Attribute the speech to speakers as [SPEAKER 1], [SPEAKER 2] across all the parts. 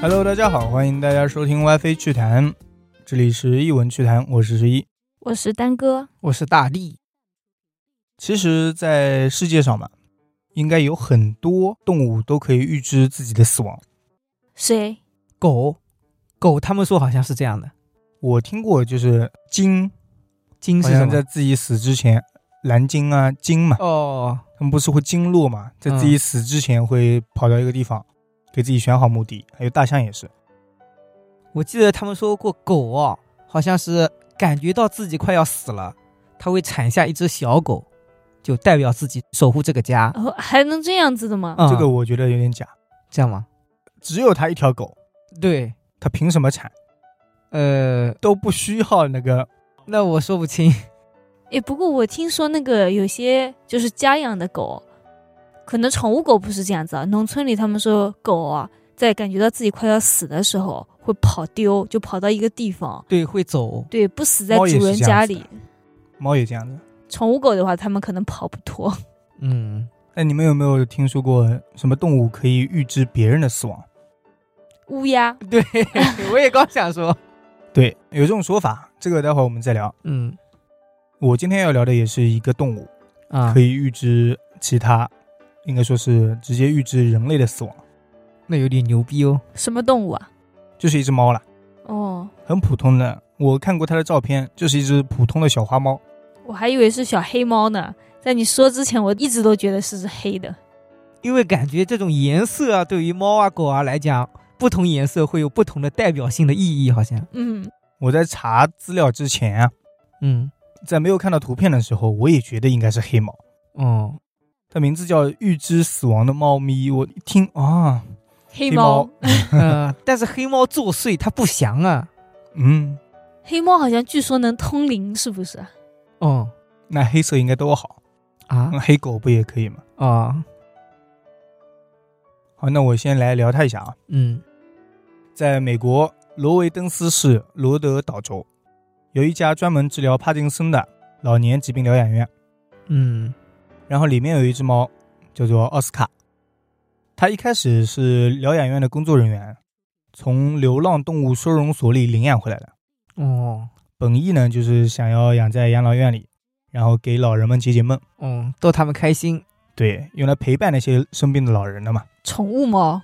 [SPEAKER 1] Hello，大家好，欢迎大家收听 WiFi 趣谈，这里是译文趣谈，我是十一，
[SPEAKER 2] 我是丹哥，
[SPEAKER 3] 我是大力。
[SPEAKER 1] 其实，在世界上嘛，应该有很多动物都可以预知自己的死亡。
[SPEAKER 2] 谁？
[SPEAKER 3] 狗，狗，他们说好像是这样的。
[SPEAKER 1] 我听过，就是鲸，
[SPEAKER 3] 鲸
[SPEAKER 1] 好
[SPEAKER 3] 是什
[SPEAKER 1] 像在
[SPEAKER 3] 么？
[SPEAKER 1] 自己死之前，蓝鲸啊，鲸嘛，
[SPEAKER 3] 哦，
[SPEAKER 1] 他们不是会鲸落嘛，
[SPEAKER 3] 嗯
[SPEAKER 1] 在自己死之前会跑到一个地方，给自己选好墓地。还有大象也是，
[SPEAKER 3] 我记得他们说过狗哦，好像是感觉到自己快要死了，它会产下一只小狗，就代表自己守护这个家。
[SPEAKER 2] 哦，还能这样子的吗？
[SPEAKER 3] 嗯，
[SPEAKER 1] 这个我觉得有点假。
[SPEAKER 3] 这样吗？
[SPEAKER 1] 只有它一条狗，
[SPEAKER 3] 对，
[SPEAKER 1] 它凭什么产？
[SPEAKER 3] 呃，
[SPEAKER 1] 都不需要那个
[SPEAKER 3] 那我说不清。
[SPEAKER 2] 诶，不过我听说那个有些就是家养的狗，可能宠物狗不是这样子啊。农村里他们说狗啊，在感觉到自己快要死的时候会跑丢，就跑到一个地方，
[SPEAKER 3] 对，会走。
[SPEAKER 2] 对，不死在
[SPEAKER 1] 猫也
[SPEAKER 2] 主
[SPEAKER 1] 是
[SPEAKER 2] 人
[SPEAKER 1] 这样
[SPEAKER 2] 家
[SPEAKER 1] 子的
[SPEAKER 2] 里。
[SPEAKER 1] 猫也这样子。
[SPEAKER 2] 宠物狗的话，它们可能跑不脱。
[SPEAKER 3] 嗯，
[SPEAKER 1] 那哎你们有没有听说过什么动物可以预知别人的死亡？
[SPEAKER 2] 乌鸦，
[SPEAKER 3] 对， 我也刚想说。
[SPEAKER 1] 对，有这种说法，这个待会儿我们再聊。
[SPEAKER 3] 嗯
[SPEAKER 1] 我今天要聊的也是一个动物，
[SPEAKER 3] 啊，
[SPEAKER 1] 可以预知其他，应该说是直接预知人类的死亡，
[SPEAKER 3] 那有点牛逼哦。
[SPEAKER 2] 什么动物啊？
[SPEAKER 1] 就是一只猫啦，
[SPEAKER 2] 哦，
[SPEAKER 1] 很普通的。我看过它的照片，就是一只普通的小花猫。
[SPEAKER 2] 我还以为是小黑猫呢。在你说之前，我一直都觉得是只黑的。
[SPEAKER 3] 因为感觉这种颜色啊，对于猫啊、狗啊来讲，不同颜色会有不同的代表性的意义，好像。
[SPEAKER 2] 嗯，
[SPEAKER 1] 我在查资料之前啊，
[SPEAKER 3] 嗯，
[SPEAKER 1] 在没有看到图片的时候，我也觉得应该是黑猫。
[SPEAKER 3] 哦，
[SPEAKER 1] 它名字叫《预知死亡的猫咪》，我一听啊，
[SPEAKER 2] 黑
[SPEAKER 1] 黑猫
[SPEAKER 2] 猫，
[SPEAKER 3] 呃，但是黑猫作祟，它不祥啊。
[SPEAKER 1] 嗯，
[SPEAKER 2] 黑猫好像据说能通灵，是不是啊？
[SPEAKER 3] 哦
[SPEAKER 1] 那黑色应该都好，
[SPEAKER 3] 啊
[SPEAKER 1] 那黑狗不也可以吗？
[SPEAKER 3] 啊，
[SPEAKER 1] 好，那我先来聊它一下啊。
[SPEAKER 3] 嗯
[SPEAKER 1] 在美国罗维登斯市罗德岛州，有一家专门治疗帕金森的老年疾病疗养院，
[SPEAKER 3] 嗯
[SPEAKER 1] 然后里面有一只猫，叫做奥斯卡。它一开始是疗养院的工作人员从流浪动物收容所里领养回来的，
[SPEAKER 3] 哦
[SPEAKER 1] 本意呢就是想要养在养老院里，然后给老人们解解闷，
[SPEAKER 3] 哦，逗它们开心。
[SPEAKER 1] 对，用来陪伴那些生病的老人的嘛。
[SPEAKER 2] 宠物猫。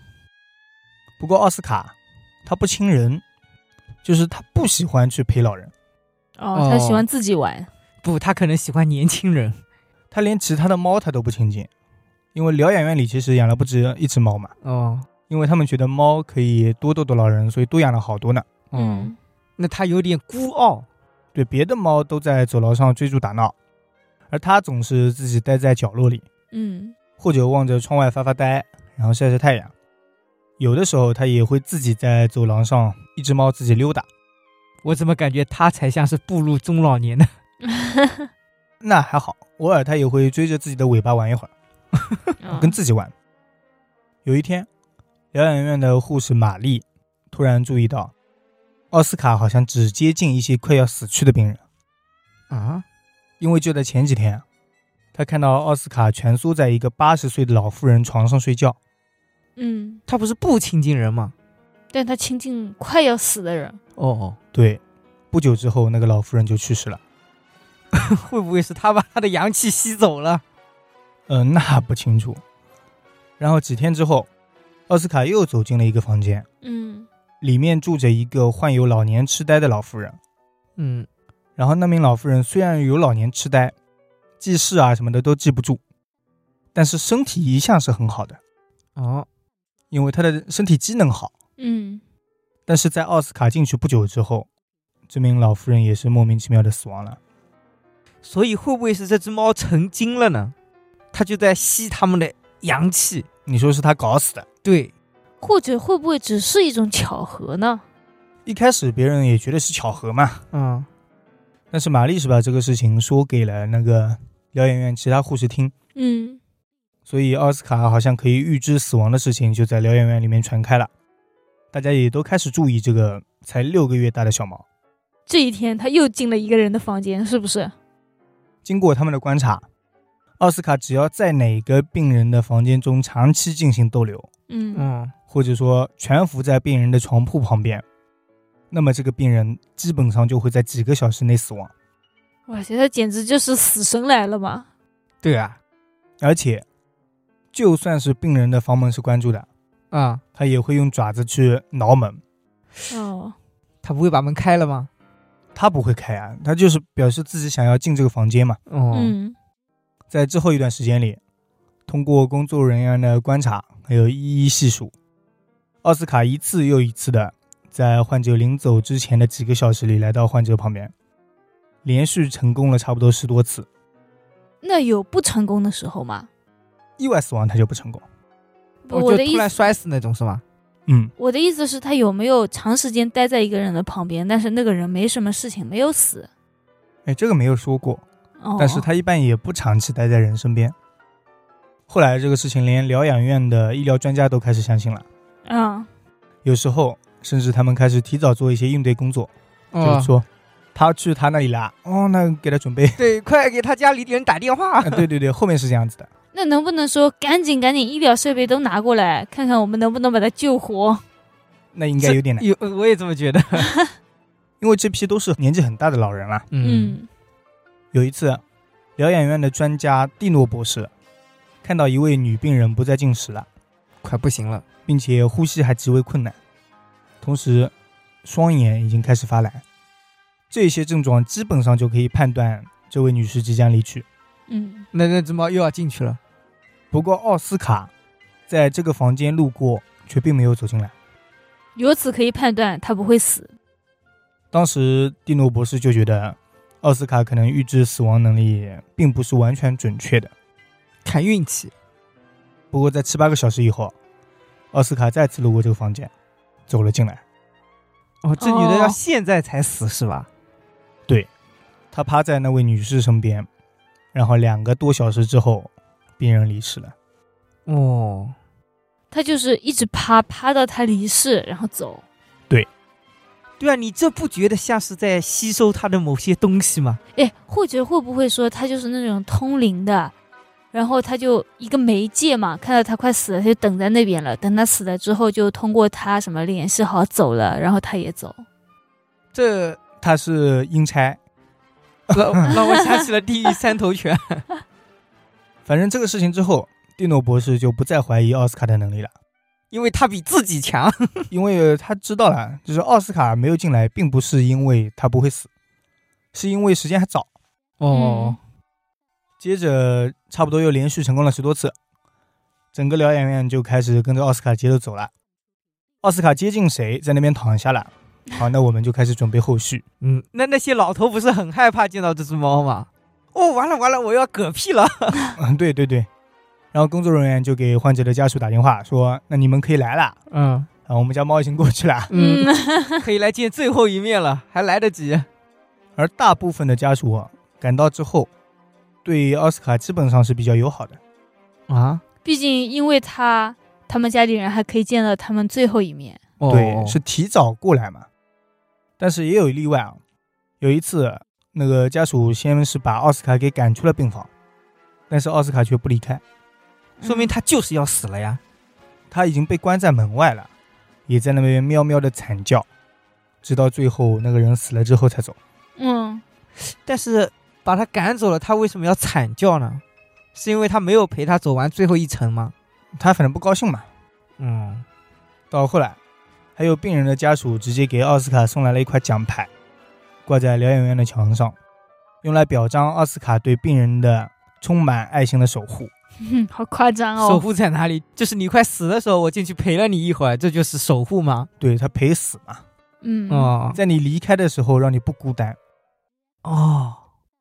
[SPEAKER 1] 不过奥斯卡它不亲人，就是它不喜欢去陪老人。
[SPEAKER 2] 哦，他喜
[SPEAKER 3] 哦
[SPEAKER 2] 欢自己玩。
[SPEAKER 3] 不，它可能喜欢年轻人。
[SPEAKER 1] 它连其他的猫它都不亲近，因为疗养院里其实养了不止一只猫嘛，
[SPEAKER 3] 哦，
[SPEAKER 1] 因为他们觉得猫可以多逗逗老人，所以多养了好多呢。
[SPEAKER 3] 哦，
[SPEAKER 2] 嗯
[SPEAKER 3] 那它有点孤傲。
[SPEAKER 1] 对，别的猫都在走廊上追逐打闹，而它总是自己待在角落里，
[SPEAKER 2] 嗯，
[SPEAKER 1] 或者望着窗外发发呆，然后晒晒太阳。有的时候它也会自己在走廊上一只猫自己溜达，
[SPEAKER 3] 我怎么感觉它才像是步入中老年呢？
[SPEAKER 1] 那还好，偶尔它也会追着自己的尾巴玩一会儿。
[SPEAKER 2] 嗯
[SPEAKER 1] 哦跟自己玩。有一天，疗养院的护士玛丽突然注意到，奥斯卡好像只接近一些快要死去的病人，
[SPEAKER 3] 啊，
[SPEAKER 1] 因为就在前几天，啊她看到奥斯卡蜷缩在一个八十岁的老妇人床上睡觉。
[SPEAKER 2] 嗯，
[SPEAKER 3] 它不是不亲近人吗？
[SPEAKER 2] 但他亲近快要死的人，
[SPEAKER 3] 哦，
[SPEAKER 1] 对，不久之后，那个老妇人就去世了。
[SPEAKER 3] 会不会是它把它的阳气吸走了？
[SPEAKER 1] 嗯、那不清楚。然后几天之后，奥斯卡又走进了一个房间，
[SPEAKER 2] 嗯，
[SPEAKER 1] 里面住着一个患有老年痴呆的老妇人。
[SPEAKER 3] 嗯，
[SPEAKER 1] 然后那名老妇人虽然有老年痴呆，记事啊什么的都记不住，但是身体一向是很好的，
[SPEAKER 3] 哦，
[SPEAKER 1] 因为她的身体机能好。
[SPEAKER 2] 嗯，
[SPEAKER 1] 但是在奥斯卡进去不久之后，这名老妇人也是莫名其妙的死亡了。
[SPEAKER 3] 所以会不会是这只猫成精了呢？它就在吸它们的阳气。
[SPEAKER 1] 你说是她搞死的？
[SPEAKER 3] 对，
[SPEAKER 2] 或者会不会只是一种巧合呢？
[SPEAKER 1] 一开始别人也觉得是巧合嘛，
[SPEAKER 3] 嗯，
[SPEAKER 1] 但是玛丽是把这个事情说给了那个疗养院其他护士听，
[SPEAKER 2] 嗯，
[SPEAKER 1] 所以奥斯卡好像可以预知死亡的事情就在疗养院里面传开了，大家也都开始注意这个才六个月大的小猫。
[SPEAKER 2] 这一天他又进了一个人的房间，是不是？
[SPEAKER 1] 经过他们的观察，奥斯卡只要在哪个病人的房间中长期进行逗留，
[SPEAKER 2] 嗯
[SPEAKER 3] 嗯，
[SPEAKER 1] 或者说蜷伏在病人的床铺旁边，那么这个病人基本上就会在几个小时内死亡。
[SPEAKER 2] 哇塞，他简直就是死神来了嘛！
[SPEAKER 3] 对啊，
[SPEAKER 1] 而且，就算是病人的房门是关住的，
[SPEAKER 3] 啊、
[SPEAKER 1] 他也会用爪子去挠门，
[SPEAKER 2] 哦，
[SPEAKER 3] 他不会把门开了吗？
[SPEAKER 1] 他不会开啊，他就是表示自己想要进这个房间嘛。
[SPEAKER 3] 哦，
[SPEAKER 2] 嗯
[SPEAKER 1] 在之后一段时间里，通过工作人员的观察，还有一一细数，奥斯卡一次又一次的在患者临走之前的几个小时里来到患者旁边，连续成功了差不多十多次，
[SPEAKER 2] 那有不成功的时候吗？
[SPEAKER 1] 意外死亡他就不成功。
[SPEAKER 2] 不
[SPEAKER 3] 哦
[SPEAKER 2] 我的
[SPEAKER 3] 就
[SPEAKER 2] 意
[SPEAKER 3] 突然
[SPEAKER 2] 思，
[SPEAKER 3] 摔死那种是吗？
[SPEAKER 1] 嗯，
[SPEAKER 2] 我的意思是，他有没有长时间待在一个人的旁边，但是那个人没什么事情，没有死。
[SPEAKER 1] 哎，这个没有说过，
[SPEAKER 2] 哦，
[SPEAKER 1] 但是他一般也不长期待在人身边。后来这个事情连疗养院的医疗专家都开始相信了，
[SPEAKER 2] 嗯，
[SPEAKER 1] 有时候甚至他们开始提早做一些应对工作，就
[SPEAKER 3] 哦
[SPEAKER 1] 是说他去他那里啦，哦，那给他准备。
[SPEAKER 3] 对，快给他家里人打电话
[SPEAKER 1] 啊，。对对对，后面是这样子的。
[SPEAKER 2] 那能不能说赶紧赶紧医疗设备都拿过来，看看我们能不能把他救活？
[SPEAKER 1] 那应该有点难，
[SPEAKER 3] 有， 我也这么觉得。
[SPEAKER 1] 因为这批都是年纪很大的老人了。
[SPEAKER 2] 嗯
[SPEAKER 1] 有一次，疗养院的专家蒂诺博士看到一位女病人不再进食了，
[SPEAKER 3] 快不行了。
[SPEAKER 1] 并且呼吸还极为困难，同时双眼已经开始发蓝，这些症状基本上就可以判断这位女士即将离去。
[SPEAKER 2] 嗯
[SPEAKER 3] 那那只猫又要进去了。
[SPEAKER 1] 不过奥斯卡在这个房间路过，却并没有走进来。
[SPEAKER 2] 由此可以判断他不会死。
[SPEAKER 1] 当时蒂诺博士就觉得，奥斯卡可能预知死亡能力并不是完全准确的。
[SPEAKER 3] 看运气，
[SPEAKER 1] 不过在七八个小时以后，奥斯卡再次路过这个房间，走了进来。
[SPEAKER 3] 哦，这女的
[SPEAKER 2] 哦
[SPEAKER 3] 要现在才死是吧？
[SPEAKER 1] 他趴在那位女士身边，然后两个多小时之后，病人离世了。
[SPEAKER 3] 哦，
[SPEAKER 2] 他就是一直趴趴到他离世，然后走。
[SPEAKER 3] 对啊，你这不觉得像是在吸收她的某些东西吗？
[SPEAKER 2] 哎，或者会不会说他就是那种通灵的，然后他就一个媒介嘛，看到他快死了，他就等在那边了，等他死了之后，就通过他什么联系好走了，然后他也走。
[SPEAKER 3] 这
[SPEAKER 1] 他是阴差，
[SPEAKER 3] 让让我想起了《地狱三头犬》。
[SPEAKER 1] 反正这个事情之后，蒂诺博士就不再怀疑奥斯卡的能力了，
[SPEAKER 3] 因为她比自己强，
[SPEAKER 1] 因为他知道了，就是奥斯卡没有进来，并不是因为他不会死，是因为时间还早。
[SPEAKER 2] 哦
[SPEAKER 1] 接着差不多又连续成功了十多次，整个疗养院就开始跟着奥斯卡节奏走了。奥斯卡接近谁，在那边躺下了。好，那我们就开始准备后续。
[SPEAKER 3] 嗯，那那些老头不是很害怕见到这只猫吗？哦，完了完了，我要嗝屁了！
[SPEAKER 1] 嗯，对对对。然后工作人员就给患者的家属打电话说：“那你们可以来了，
[SPEAKER 3] 嗯
[SPEAKER 1] 啊，我们家猫已经过去了。
[SPEAKER 3] 嗯，，可以来见最后一面了，还来得及。”
[SPEAKER 1] 而大部分的家属啊赶到之后，对奥斯卡基本上是比较友好的。
[SPEAKER 3] 啊，
[SPEAKER 2] 毕竟因为他，他们家里人还可以见到他们最后一面。
[SPEAKER 3] 哦
[SPEAKER 1] 对，是提早过来嘛。但是也有例外啊，有一次那个家属先是把奥斯卡给赶出了病房，但是奥斯卡却不离开，
[SPEAKER 3] 嗯说明他就是要死了呀。
[SPEAKER 1] 他已经被关在门外了，也在那边喵喵的惨叫，直到最后那个人死了之后才走。
[SPEAKER 2] 嗯，
[SPEAKER 3] 但是把他赶走了，他为什么要惨叫呢？是因为他没有陪他走完最后一程吗？
[SPEAKER 1] 他反正不高兴嘛。
[SPEAKER 3] 嗯，
[SPEAKER 1] 到后来，还有病人的家属直接给奥斯卡送来了一块奖牌，挂在疗养院的墙上，用来表彰奥斯卡对病人的充满爱心的守护。
[SPEAKER 2] 嗯，好夸张
[SPEAKER 3] 守
[SPEAKER 2] 哦。
[SPEAKER 3] 护在哪里？就是你快死的时候，我进去陪了你一会儿，这就是守护吗？
[SPEAKER 1] 对他陪死嘛，
[SPEAKER 2] 嗯，
[SPEAKER 3] 哦
[SPEAKER 1] 在你离开的时候让你不孤单，
[SPEAKER 3] 哦，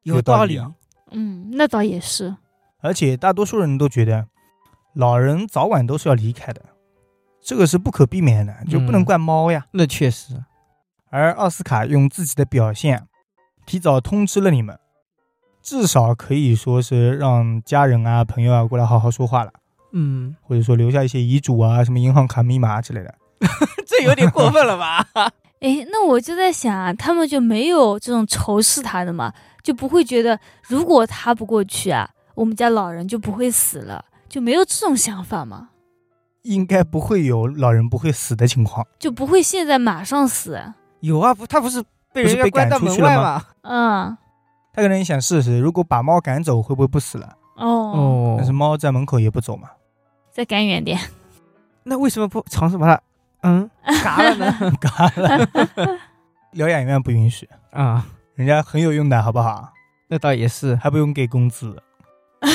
[SPEAKER 1] 有道
[SPEAKER 3] 道
[SPEAKER 1] 理
[SPEAKER 3] 理。
[SPEAKER 1] 啊
[SPEAKER 2] 嗯，那倒也是。
[SPEAKER 1] 而且大多数人都觉得，老人早晚都是要离开的，这个是不可避免的，就不能
[SPEAKER 3] 嗯
[SPEAKER 1] 怪猫呀。
[SPEAKER 3] 那确实，
[SPEAKER 1] 而奥斯卡用自己的表现，提早通知了你们，至少可以说是让家人啊、朋友啊过来好好说话了，
[SPEAKER 3] 嗯，
[SPEAKER 1] 或者说留下一些遗嘱啊、什么银行卡密码之类的。
[SPEAKER 3] 这有点过分了吧？
[SPEAKER 2] 诶，那我就在想啊，他们就没有这种仇视他的嘛，就不会觉得如果他不过去啊，我们家老人就不会死了，就没有这种想法嘛。
[SPEAKER 1] 应该不会有老人不会死的情况。
[SPEAKER 2] 就不会现在马上死。
[SPEAKER 3] 有啊，不，他不是被
[SPEAKER 1] 不是
[SPEAKER 3] 人家
[SPEAKER 1] 被
[SPEAKER 3] 关
[SPEAKER 1] 赶
[SPEAKER 3] 到
[SPEAKER 1] 出
[SPEAKER 3] 门
[SPEAKER 1] 去了
[SPEAKER 3] 外
[SPEAKER 1] 吗
[SPEAKER 3] 吗？
[SPEAKER 2] 嗯，
[SPEAKER 1] 他可能也想试试，如果把猫赶走，会不会不死了？
[SPEAKER 2] 哦，
[SPEAKER 1] 但是猫在门口也不走嘛，
[SPEAKER 2] 再赶远点。
[SPEAKER 3] 那为什么不尝试把它嗯嘎了 呢？
[SPEAKER 1] 嘎了。 疗养院不允许，
[SPEAKER 3] 啊、
[SPEAKER 1] 人家很有用的，好不好？
[SPEAKER 3] 那倒也是，
[SPEAKER 1] 还不用给工资。
[SPEAKER 2] 嗯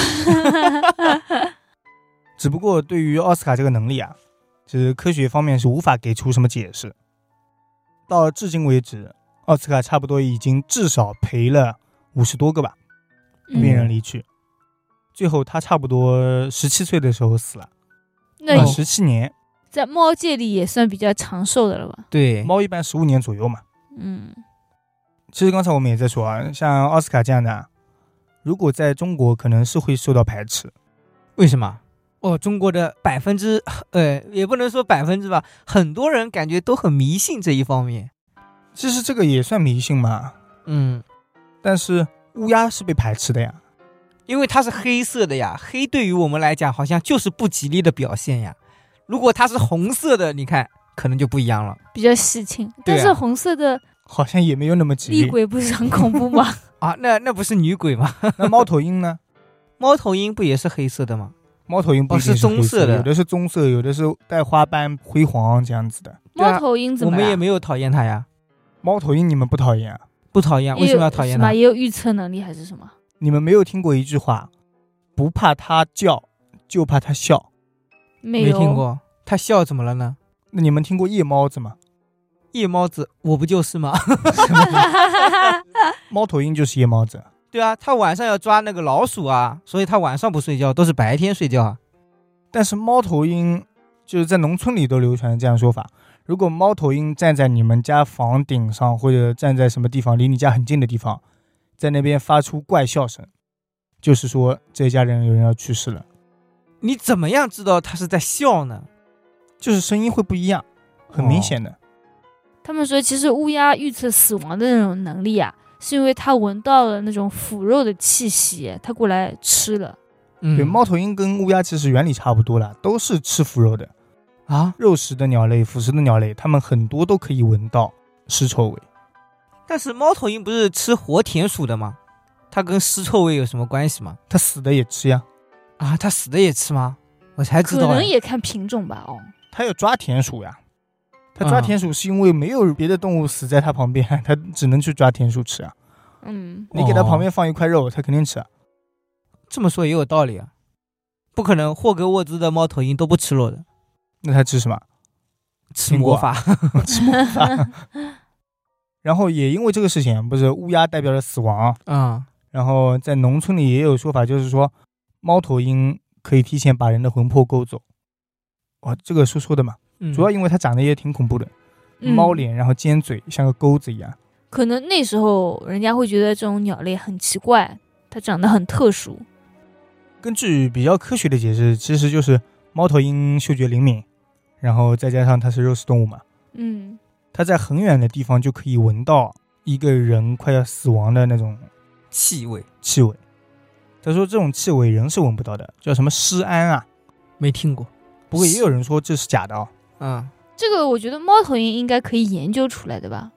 [SPEAKER 1] 只不过对于奥斯卡这个能力啊，就是科学方面是无法给出什么解释。到至今为止，奥斯卡差不多已经至少赔了五十多个吧病人
[SPEAKER 2] 嗯、
[SPEAKER 1] 离去。最后他差不多十七岁的时候死了，啊
[SPEAKER 2] 那
[SPEAKER 1] 十七年，
[SPEAKER 2] 在猫界里也算比较长寿的了吧？
[SPEAKER 3] 对，
[SPEAKER 1] 猫一般十五年左右嘛。
[SPEAKER 2] 嗯，
[SPEAKER 1] 其实刚才我们也在说啊，像奥斯卡这样的啊，如果在中国可能是会受到排斥，
[SPEAKER 3] 为什么？哦，中国的百分之呃，也不能说百分之吧，很多人感觉都很迷信这一方面。
[SPEAKER 1] 其实这个也算迷信嘛。
[SPEAKER 3] 嗯，
[SPEAKER 1] 但是乌鸦是被排斥的呀，
[SPEAKER 3] 因为它是黑色的呀，黑对于我们来讲好像就是不吉利的表现呀。如果它是红色的，你看可能就不一样了
[SPEAKER 2] 比较喜庆。但是红色的
[SPEAKER 1] 好像也没有那么吉
[SPEAKER 2] 厉
[SPEAKER 1] 利。
[SPEAKER 2] 鬼不是很恐怖吗？
[SPEAKER 3] 啊。那那不是女鬼吗？
[SPEAKER 1] 那猫头鹰 呢？
[SPEAKER 3] 猫头鹰不也是黑色的吗？
[SPEAKER 1] 猫头鹰不一定
[SPEAKER 3] 哦是棕
[SPEAKER 1] 黑色
[SPEAKER 3] 色的
[SPEAKER 1] 有的是棕色，有的是带花斑、灰黄这样子的。
[SPEAKER 3] 对啊
[SPEAKER 2] 猫头鹰怎
[SPEAKER 3] 我
[SPEAKER 2] 么
[SPEAKER 3] 们也
[SPEAKER 2] 了？
[SPEAKER 3] 没有讨厌它呀，
[SPEAKER 1] 猫头鹰你们不讨厌啊？
[SPEAKER 3] 不讨厌，为什么要讨厌
[SPEAKER 2] 什么
[SPEAKER 3] 它？
[SPEAKER 2] 也有预测能力还是什么？
[SPEAKER 1] 你们没有听过一句话，不怕它叫，就怕它笑。
[SPEAKER 2] 没
[SPEAKER 3] 没
[SPEAKER 2] 有。
[SPEAKER 3] 听过，它笑怎么了呢？
[SPEAKER 1] 那你们听过夜猫子 吗？
[SPEAKER 3] 夜猫子，我不就是吗？
[SPEAKER 1] 猫头鹰就是夜猫子。
[SPEAKER 3] 对啊，它晚上要抓那个老鼠啊，所以它晚上不睡觉，都是白天睡觉啊。
[SPEAKER 1] 但是猫头鹰就是在农村里都流传这样说法：如果猫头鹰站在你们家房顶上，或者站在什么地方离你家很近的地方，在那边发出怪笑声，就是说这家人有人要去世了，
[SPEAKER 3] 你怎么样知道它是在笑呢？
[SPEAKER 1] 就是声音会不一样，很明显的。
[SPEAKER 2] 他们说，其实乌鸦预测死亡的那种能力啊，是因为它闻到了那种腐肉的气息，它过来吃了。
[SPEAKER 3] 嗯
[SPEAKER 1] 对，猫头鹰跟乌鸦其实原理差不多啦，都是吃腐肉的，
[SPEAKER 3] 啊，
[SPEAKER 1] 肉食的鸟类、腐食的鸟类，它们很多都可以闻到尸臭味。
[SPEAKER 3] 但是猫头鹰不是吃活田鼠的吗？它跟尸臭味有什么关系吗？
[SPEAKER 1] 它死的也吃呀，
[SPEAKER 3] 啊，它死的也吃吗？我才知
[SPEAKER 2] 可
[SPEAKER 3] 道哎、
[SPEAKER 2] 能也看品种吧，哦，
[SPEAKER 1] 它要抓田鼠呀。它抓
[SPEAKER 3] 嗯
[SPEAKER 1] 田鼠是因为没有别的动物死在它旁边，它只能去抓田鼠吃啊。
[SPEAKER 2] 嗯，
[SPEAKER 1] 你给它
[SPEAKER 3] 哦
[SPEAKER 1] 旁边放一块肉，它肯定吃啊。
[SPEAKER 3] 这么说也有道理啊。不可能，霍格沃兹的猫头鹰都不吃肉的，
[SPEAKER 1] 那它吃什么？
[SPEAKER 3] 吃
[SPEAKER 1] 苹果
[SPEAKER 3] 魔
[SPEAKER 1] 啊
[SPEAKER 3] 法。
[SPEAKER 1] 吃木
[SPEAKER 2] 嗯
[SPEAKER 1] 筏。然后也因为这个事情，不是乌鸦代表了死亡，
[SPEAKER 3] 嗯，
[SPEAKER 1] 然后在农村里也有说法，就是说猫头鹰可以提前把人的魂魄勾走。哇，这个是说的嘛，
[SPEAKER 3] 嗯
[SPEAKER 1] 主要因为它长得也挺恐怖的，
[SPEAKER 2] 嗯
[SPEAKER 1] 猫脸，然后尖嘴，像个钩子一样。
[SPEAKER 2] 可能那时候人家会觉得这种鸟类很奇怪，它长得很特殊。
[SPEAKER 1] 根据比较科学的解释，其实就是猫头鹰嗅觉灵敏，然后再加上它是肉食动物嘛，
[SPEAKER 2] 嗯，
[SPEAKER 1] 它在很远的地方就可以闻到一个人快要死亡的那种
[SPEAKER 3] 气味
[SPEAKER 1] 气味。他说这种气味人是闻不到的，叫什么尸胺啊？
[SPEAKER 3] 没听过。
[SPEAKER 1] 不过也有人说这是假的哦，
[SPEAKER 3] 嗯，
[SPEAKER 2] 这个我觉得猫头鹰应该可以研究出来的吧？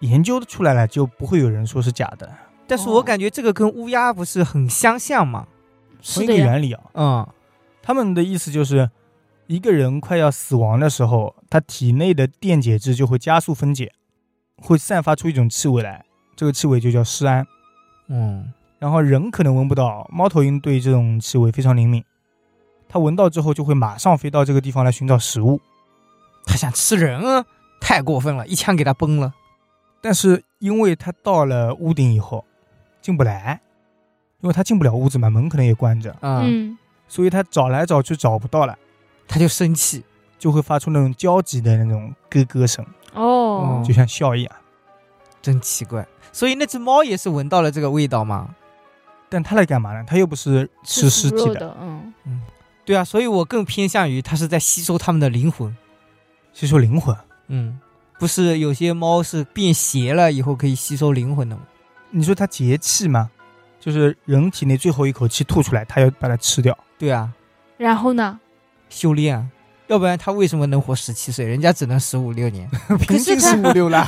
[SPEAKER 1] 研究出来了就不会有人说是假的，
[SPEAKER 3] 但是
[SPEAKER 2] 哦
[SPEAKER 3] 我感觉这个跟乌鸦不是很相像吗？
[SPEAKER 1] 同
[SPEAKER 2] 是
[SPEAKER 1] 一个
[SPEAKER 2] 的呀，
[SPEAKER 1] 原理啊、
[SPEAKER 3] 嗯，
[SPEAKER 1] 他们的意思就是，一个人快要死亡的时候，他体内的电解质就会加速分解，会散发出一种气味来，这个气味就叫尸胺。
[SPEAKER 3] 嗯，
[SPEAKER 1] 然后人可能闻不到，猫头鹰对这种气味非常灵敏，它闻到之后就会马上飞到这个地方来寻找食物。
[SPEAKER 3] 他想吃人啊，太过分了，一枪给他崩了。
[SPEAKER 1] 但是因为它到了屋顶以后进不来，因为它进不了屋子嘛，门可能也关着，
[SPEAKER 3] 嗯，
[SPEAKER 2] 嗯，
[SPEAKER 1] 所以它找来找去找不到了，
[SPEAKER 3] 他就生气。
[SPEAKER 1] 就会发出那种焦急的那种咯咯声，
[SPEAKER 2] 哦
[SPEAKER 3] 嗯，
[SPEAKER 1] 就像笑一样。
[SPEAKER 3] 真奇怪。所以那只猫也是闻到了这个味道吗？
[SPEAKER 1] 但它来干嘛呢？它又不是吃尸
[SPEAKER 2] 腐
[SPEAKER 1] 体
[SPEAKER 2] 肉
[SPEAKER 1] 的，
[SPEAKER 2] 的，嗯，
[SPEAKER 3] 对啊，所以我更偏向于它是在吸收它们的灵魂。
[SPEAKER 1] 吸收灵魂。
[SPEAKER 3] 嗯，不是有些猫是变邪了以后可以吸收灵魂的吗？
[SPEAKER 1] 你说它节气吗？就是人体内最后一口气吐出来，它要把它吃掉。
[SPEAKER 3] 对啊，
[SPEAKER 2] 然后呢？
[SPEAKER 3] 修炼啊，要不然它为什么能活十七岁？人家只能十五六年。
[SPEAKER 1] 平均十五六啦，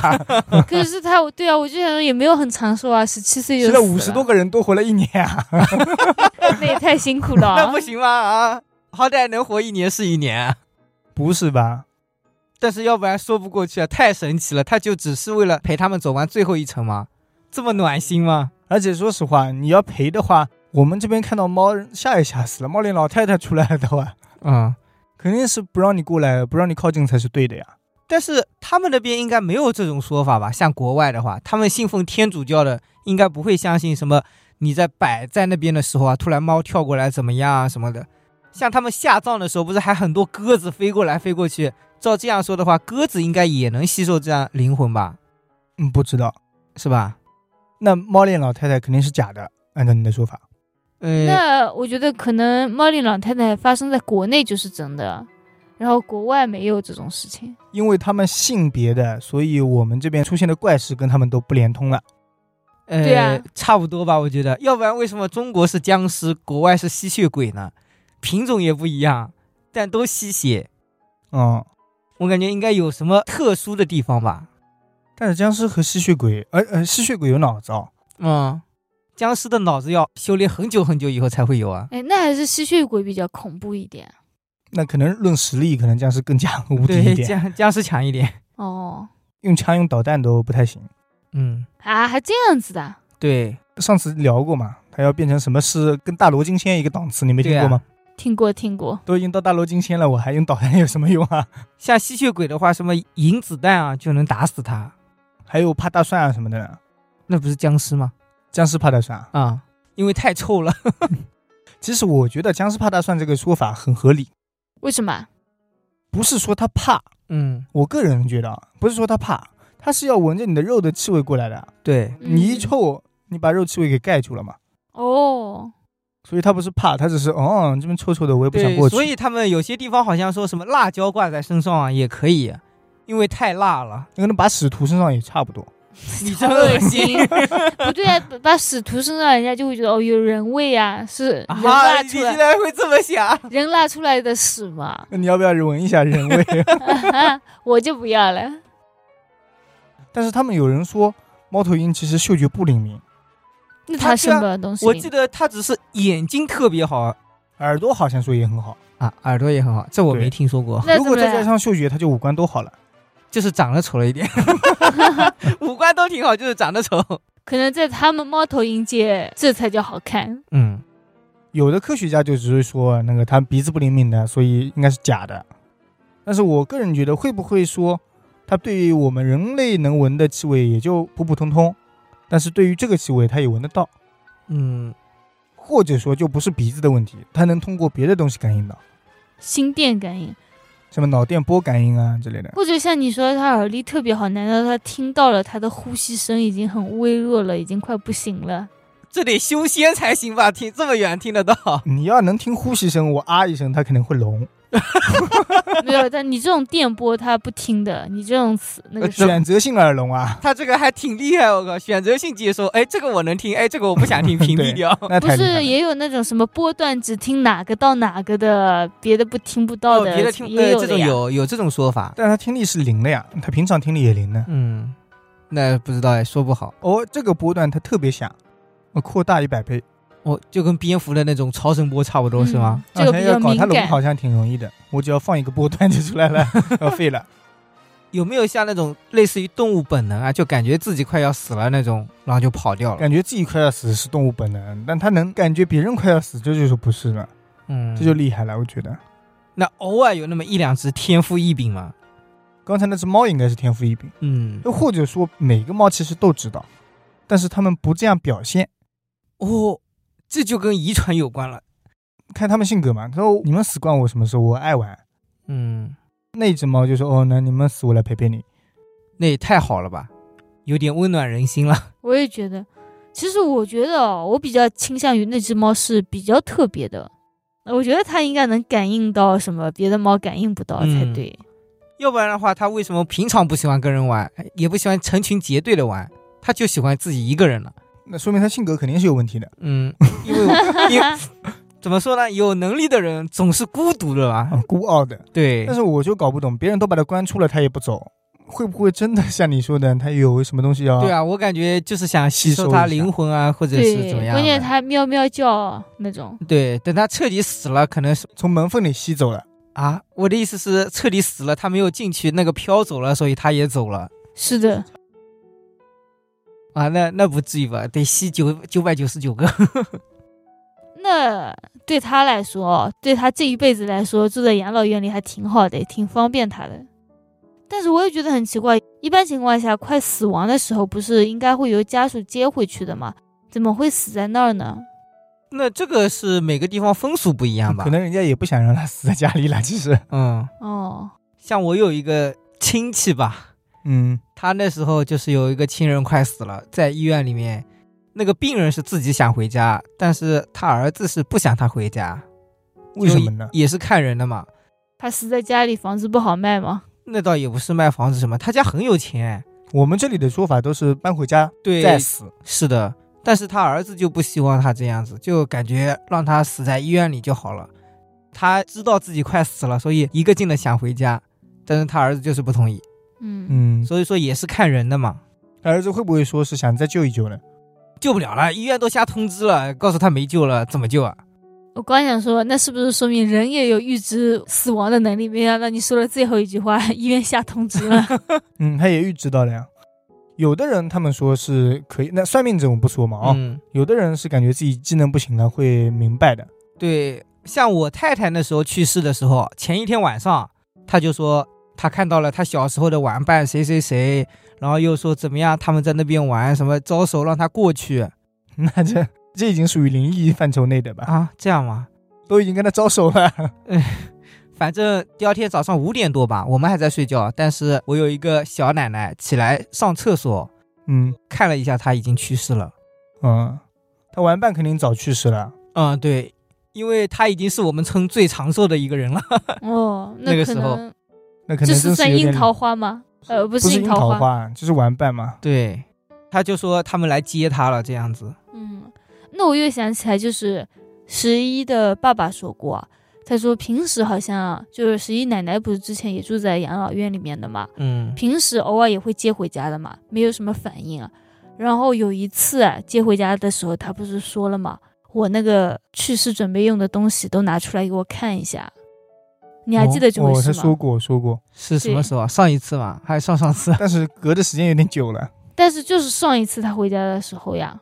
[SPEAKER 2] 可是他，对啊，我就想说也没有很长寿啊，十七岁就
[SPEAKER 1] 现
[SPEAKER 2] 死
[SPEAKER 1] 在五十多，个人多活了一年啊，
[SPEAKER 2] 那也太辛苦了啊。
[SPEAKER 3] 那不行吧？啊，好歹能活一年是一年啊，
[SPEAKER 1] 不是吧？
[SPEAKER 3] 但是要不然说不过去啊，太神奇了！他就只是为了陪他们走完最后一程吗？这么暖心吗？
[SPEAKER 1] 而且说实话，你要赔的话，我们这边看到猫吓也吓死了，猫脸老太太出来了的话，
[SPEAKER 3] 嗯，
[SPEAKER 1] 肯定是不让你过来，不让你靠近才是对的呀。
[SPEAKER 3] 但是他们那边应该没有这种说法吧？像国外的话，他们信奉天主教的，应该不会相信什么你在摆在那边的时候啊，突然猫跳过来怎么样啊什么的。像他们下葬的时候，不是还很多鸽子飞过来飞过去？照这样说的话，鸽子应该也能吸收这样灵魂吧？
[SPEAKER 1] 嗯，不知道。
[SPEAKER 3] 是吧？
[SPEAKER 1] 那猫脸老太太肯定是假的，按照你的说法，
[SPEAKER 3] 呃，
[SPEAKER 2] 那我觉得可能猫脸老太太发生在国内就是真的，然后国外没有这种事情。
[SPEAKER 1] 因为他们性别的，所以我们这边出现的怪事跟他们都不连通了。
[SPEAKER 3] 呃
[SPEAKER 2] 对啊
[SPEAKER 3] 差不多吧，我觉得。要不然为什么中国是僵尸，国外是吸血鬼呢？品种也不一样，但都吸血。
[SPEAKER 1] 嗯，
[SPEAKER 3] 我感觉应该有什么特殊的地方吧？
[SPEAKER 1] 但是僵尸和吸血鬼，呃呃，吸血鬼有脑子哦，
[SPEAKER 3] 嗯，僵尸的脑子要修炼很久很久以后才会有啊。
[SPEAKER 2] 哎，那还是吸血鬼比较恐怖一点
[SPEAKER 1] 那可能论实力，可能僵尸更加无敌一
[SPEAKER 3] 对，
[SPEAKER 1] 点，
[SPEAKER 3] 僵僵尸强一点。
[SPEAKER 2] 哦。
[SPEAKER 1] 用枪用导弹都不太行。
[SPEAKER 3] 嗯，
[SPEAKER 2] 啊，还这样子的？
[SPEAKER 3] 对，
[SPEAKER 1] 上次聊过嘛，他要变成什么是跟大罗金仙一个档次，你没
[SPEAKER 3] 啊
[SPEAKER 1] 听过吗？
[SPEAKER 2] 听过听过，
[SPEAKER 1] 都已经到大罗金仙了，我还用导弹有什么用啊？
[SPEAKER 3] 像吸血鬼的话，什么银子弹啊就能打死他，
[SPEAKER 1] 还有怕大蒜啊什么的呢？
[SPEAKER 3] 那不是僵尸吗？
[SPEAKER 1] 僵尸怕大蒜啊？
[SPEAKER 3] 啊、因为太臭了。
[SPEAKER 1] 其实我觉得僵尸怕大蒜这个说法很合理，
[SPEAKER 2] 为什么？
[SPEAKER 1] 不是说他怕，
[SPEAKER 3] 嗯，
[SPEAKER 1] 我个人觉得啊，不是说他怕，他是要闻着你的肉的气味过来的。啊
[SPEAKER 3] 对，
[SPEAKER 2] 嗯
[SPEAKER 1] 你一臭，你把肉气味给盖住了嘛，
[SPEAKER 2] 哦，
[SPEAKER 1] 所以他不是怕，他只是哦，这边臭臭的，我也不想
[SPEAKER 3] 对
[SPEAKER 1] 过，去。
[SPEAKER 3] 所以他们有些地方好像说什么辣椒挂在身上啊也可以，因为太辣了。
[SPEAKER 1] 你可能把屎涂身上也差不多。。
[SPEAKER 3] 你
[SPEAKER 2] 好
[SPEAKER 3] 真
[SPEAKER 2] 恶
[SPEAKER 3] 恶
[SPEAKER 2] 心
[SPEAKER 3] 心！
[SPEAKER 2] 不对啊，把把使徒身上人家就会觉得哦，有人味啊，是人
[SPEAKER 3] 啊，
[SPEAKER 2] 辣
[SPEAKER 3] 你
[SPEAKER 2] 出
[SPEAKER 3] 竟
[SPEAKER 2] 来、
[SPEAKER 3] 然会这么想？
[SPEAKER 2] 人辣出来的屎嘛
[SPEAKER 1] 那你要不要闻一下人味？
[SPEAKER 2] 我就不要了。
[SPEAKER 1] 但是他们有人说，猫头鹰其实嗅觉不灵敏，
[SPEAKER 2] 那它
[SPEAKER 3] 他这
[SPEAKER 2] 什
[SPEAKER 3] 样
[SPEAKER 2] 么东西？
[SPEAKER 3] 我记得他只是眼睛特别好
[SPEAKER 1] 耳朵好像说也很好。
[SPEAKER 3] 啊，耳朵也很好，这我
[SPEAKER 1] 对
[SPEAKER 3] 没听说过。
[SPEAKER 2] 那
[SPEAKER 1] 如
[SPEAKER 2] 怎
[SPEAKER 1] 果
[SPEAKER 2] 么
[SPEAKER 1] 再加
[SPEAKER 2] 了？
[SPEAKER 1] 上嗅觉，它就五官都好了。
[SPEAKER 3] 就是长得丑了 一点，五官都挺好，就是长 得丑。
[SPEAKER 2] 可能在他们猫头鹰界，这才叫好看。
[SPEAKER 3] 嗯，
[SPEAKER 1] 有的科学家就只是说那个它鼻子不灵敏的，所以应该是假的。但是我个人觉得，会不会说它对于我们人类能闻的气味也就普普通通，但是对于这个气味它也闻得到，
[SPEAKER 3] 嗯，
[SPEAKER 1] 或者说就不是鼻子的问题，它能通过别的东西感应到，
[SPEAKER 2] 心电感应，
[SPEAKER 1] 什么脑电波感应啊之类的。
[SPEAKER 2] 或者像你说他耳力特别好，难道他听到了他的呼吸声已经很微弱了，已经快不行 了？
[SPEAKER 3] 这得修仙才行吧？听这么远听得到，
[SPEAKER 1] 你要能听呼吸声，我啊一声，它可能会聋。
[SPEAKER 2] 没有，但你这种电波他不听的，你这 种词
[SPEAKER 3] 呃
[SPEAKER 2] 那个是
[SPEAKER 1] 选择性耳聋啊，
[SPEAKER 3] 他这个还挺厉害，我靠，选择性接收，哎，这个我能听，哎，这个我不想 听，屏蔽掉。
[SPEAKER 1] 那
[SPEAKER 2] 不
[SPEAKER 1] 太厉害
[SPEAKER 2] 是
[SPEAKER 1] 了。
[SPEAKER 2] 也有那种什么波段只听哪个到哪个的，别的不听不到
[SPEAKER 3] 哦，
[SPEAKER 2] 的，
[SPEAKER 3] 别的听，
[SPEAKER 2] 也
[SPEAKER 3] 呃，
[SPEAKER 2] 有
[SPEAKER 3] 这
[SPEAKER 2] 的
[SPEAKER 3] 种
[SPEAKER 2] 呀。
[SPEAKER 3] 有有这种说法。
[SPEAKER 1] 但它听力是零的呀，它平常听力也零的。
[SPEAKER 3] 嗯，那不知道哎，说不好。
[SPEAKER 1] 哦，这个波段它特别响，我扩大一百倍。
[SPEAKER 3] 哦，就跟蝙蝠的那种超声波差不多、
[SPEAKER 2] 嗯
[SPEAKER 3] 是吗？
[SPEAKER 2] 这个
[SPEAKER 1] 啊
[SPEAKER 2] 比
[SPEAKER 1] 要
[SPEAKER 2] 较
[SPEAKER 1] 搞
[SPEAKER 2] 敏
[SPEAKER 1] 它龙
[SPEAKER 2] 感。
[SPEAKER 1] 好像挺容易的，我只要放一个波段就出来了， 要废了。
[SPEAKER 3] 有没有像那种类似于动物本能啊，就感觉自己快要死了那种，然后就跑掉了？
[SPEAKER 1] 感觉自己快要死是动物本能，但它能感觉别人快要死，这就是不是了，
[SPEAKER 3] 嗯，
[SPEAKER 1] 这就厉害了。我觉得
[SPEAKER 3] 那偶尔有那么一两只天赋异禀嘛。
[SPEAKER 1] 刚才那只猫应该是天赋异禀，
[SPEAKER 3] 嗯，
[SPEAKER 1] 又或者说每个猫其实都知道，但是它们不这样表现。
[SPEAKER 3] 哦，这就跟遗传有关了。
[SPEAKER 1] 看它们性格嘛，它说你们死关我什么事？我爱玩。
[SPEAKER 3] 嗯，
[SPEAKER 1] 那只猫就说：“哦，那你们死，我来陪陪你。
[SPEAKER 3] 那也太好了吧，有点温暖人心了。
[SPEAKER 2] 我也觉得，其实我觉得哦，我比较倾向于那只猫是比较特别的，呃我觉得它应该能感应到什么别的猫感应不到才
[SPEAKER 3] 嗯
[SPEAKER 2] 对。
[SPEAKER 3] 要不然的话，他为什么平常不喜欢跟人玩，哎也不喜欢成群结队的玩，他就喜欢自己一个人了？”嗯
[SPEAKER 1] 那说明它性格肯定是有问题的。
[SPEAKER 3] 嗯，因为我 因为怎么说呢？有能力的人总是孤独的吧？
[SPEAKER 1] 很孤傲的。
[SPEAKER 3] 对
[SPEAKER 1] 但，是我就搞不懂，别人都把他关出了，他也不走，会不会真的像你说的，他有什么东西要？
[SPEAKER 3] 对啊，我感觉就是想吸
[SPEAKER 1] 吸收
[SPEAKER 3] 收
[SPEAKER 1] 一
[SPEAKER 3] 他
[SPEAKER 1] 下
[SPEAKER 3] 灵魂啊，或者是
[SPEAKER 2] 对
[SPEAKER 3] 怎么，样的。
[SPEAKER 2] 关键它喵喵叫那种，
[SPEAKER 3] 对，等他彻底死了，可能是
[SPEAKER 1] 从门缝里吸走了。
[SPEAKER 3] 啊，我的意思是彻底死了，他没有进去，那个飘走了，所以他也走了
[SPEAKER 2] 是的，
[SPEAKER 3] 啊。那那不至于吧？得吸九九百九十九个。
[SPEAKER 2] 那对他来说，哦对他这一辈子来说，住在养老院里还挺好的，挺方便他的。但是我也觉得很奇怪，一般情况下，快死亡的时候，不是应该会由家属接回去的吗？怎么会死在那儿呢？
[SPEAKER 3] 那这个是每个地方风俗不一样吧？
[SPEAKER 1] 可能人家也不想让他死在家里了，其 实，
[SPEAKER 3] 嗯，
[SPEAKER 2] 哦，
[SPEAKER 3] 像我有一个亲戚吧，
[SPEAKER 1] 嗯，
[SPEAKER 3] 他那时候就是有一个亲人快死了，在医院里面，那个病人是自己想回家，但是他儿子是不想他回家，
[SPEAKER 1] 为什么呢？
[SPEAKER 3] 也是看人的嘛。
[SPEAKER 2] 他死在家里，房子不好卖吗？
[SPEAKER 3] 那倒也不是卖房子什么，他家很有钱，
[SPEAKER 1] 我们这里的说法都是搬回家
[SPEAKER 3] 对，
[SPEAKER 1] 再死，
[SPEAKER 3] 是的，但是他儿子就不希望他这样子，就感觉让他死在医院里就好了。他知道自己快死了，所以一个劲的想回家，但是他儿子就是不同意，
[SPEAKER 2] 嗯，
[SPEAKER 1] 嗯，
[SPEAKER 3] 所以说也是看人的嘛，
[SPEAKER 1] 他儿子会不会说是想再救一救呢？
[SPEAKER 3] 救不了了，医院都下通知了，告诉他没救了，怎么救啊？
[SPEAKER 2] 我刚想说，那是不是说明人也有预知死亡的能力？没想到你说了最后一句话， 医院下通知了。
[SPEAKER 1] 嗯，他也预知到了呀。有的人他们说是可以，那算命这种不说嘛啊、
[SPEAKER 3] 嗯，
[SPEAKER 1] 有的人是感觉自己技能不行了，会明白的。
[SPEAKER 3] 对，像我太太那时候去世的时候，前一天晚上，她就说她看到了她小时候的玩伴谁谁谁，然后又说怎么样，他们在那边玩什么，招手让她过去
[SPEAKER 1] 那这这已经属于灵异范畴内的吧？
[SPEAKER 3] 啊，这样吗？
[SPEAKER 1] 都已经跟他招手了。
[SPEAKER 3] 反正第二天早上五点多吧，我们还在睡觉，但是我有一个小奶奶起来上厕所，
[SPEAKER 1] 嗯
[SPEAKER 3] 看了一下，她已经去世了。
[SPEAKER 1] 嗯，他玩伴肯定早去世了。
[SPEAKER 3] 嗯，对，因为她已经是我们村最长寿的一个人了。
[SPEAKER 2] 哦，
[SPEAKER 3] 那个
[SPEAKER 2] 可
[SPEAKER 3] 时候
[SPEAKER 2] 能
[SPEAKER 1] 那可
[SPEAKER 2] 这
[SPEAKER 1] 能
[SPEAKER 2] 是
[SPEAKER 1] 真
[SPEAKER 2] 算
[SPEAKER 1] 有
[SPEAKER 2] 樱
[SPEAKER 1] 点
[SPEAKER 2] 桃花吗？呃，不
[SPEAKER 1] 不是
[SPEAKER 2] 樱
[SPEAKER 1] 樱桃
[SPEAKER 2] 花，
[SPEAKER 1] 花，就是玩伴嘛。
[SPEAKER 3] 对，她就说他们来接她了，这样子。
[SPEAKER 2] 嗯，那我又想起来，就是十一的爸爸说过，他说平时好像就是十一奶奶不是之前也住在养老院里面的嘛，
[SPEAKER 3] 嗯
[SPEAKER 2] 平时偶尔也会接回家的嘛，没有什么反应、啊。然后有一次、啊、接回家的时候，他不是说了嘛，我那个去世准备用的东西都拿出来给我看一下，你还记得这回
[SPEAKER 1] 哦，
[SPEAKER 2] 事
[SPEAKER 1] 他
[SPEAKER 2] 吗？
[SPEAKER 1] 说过说过，
[SPEAKER 3] 是什么时候啊？上一次嘛，还是上上次？
[SPEAKER 1] 但是隔的时间有点久了。
[SPEAKER 2] 但是就是上一次他回家的时候呀，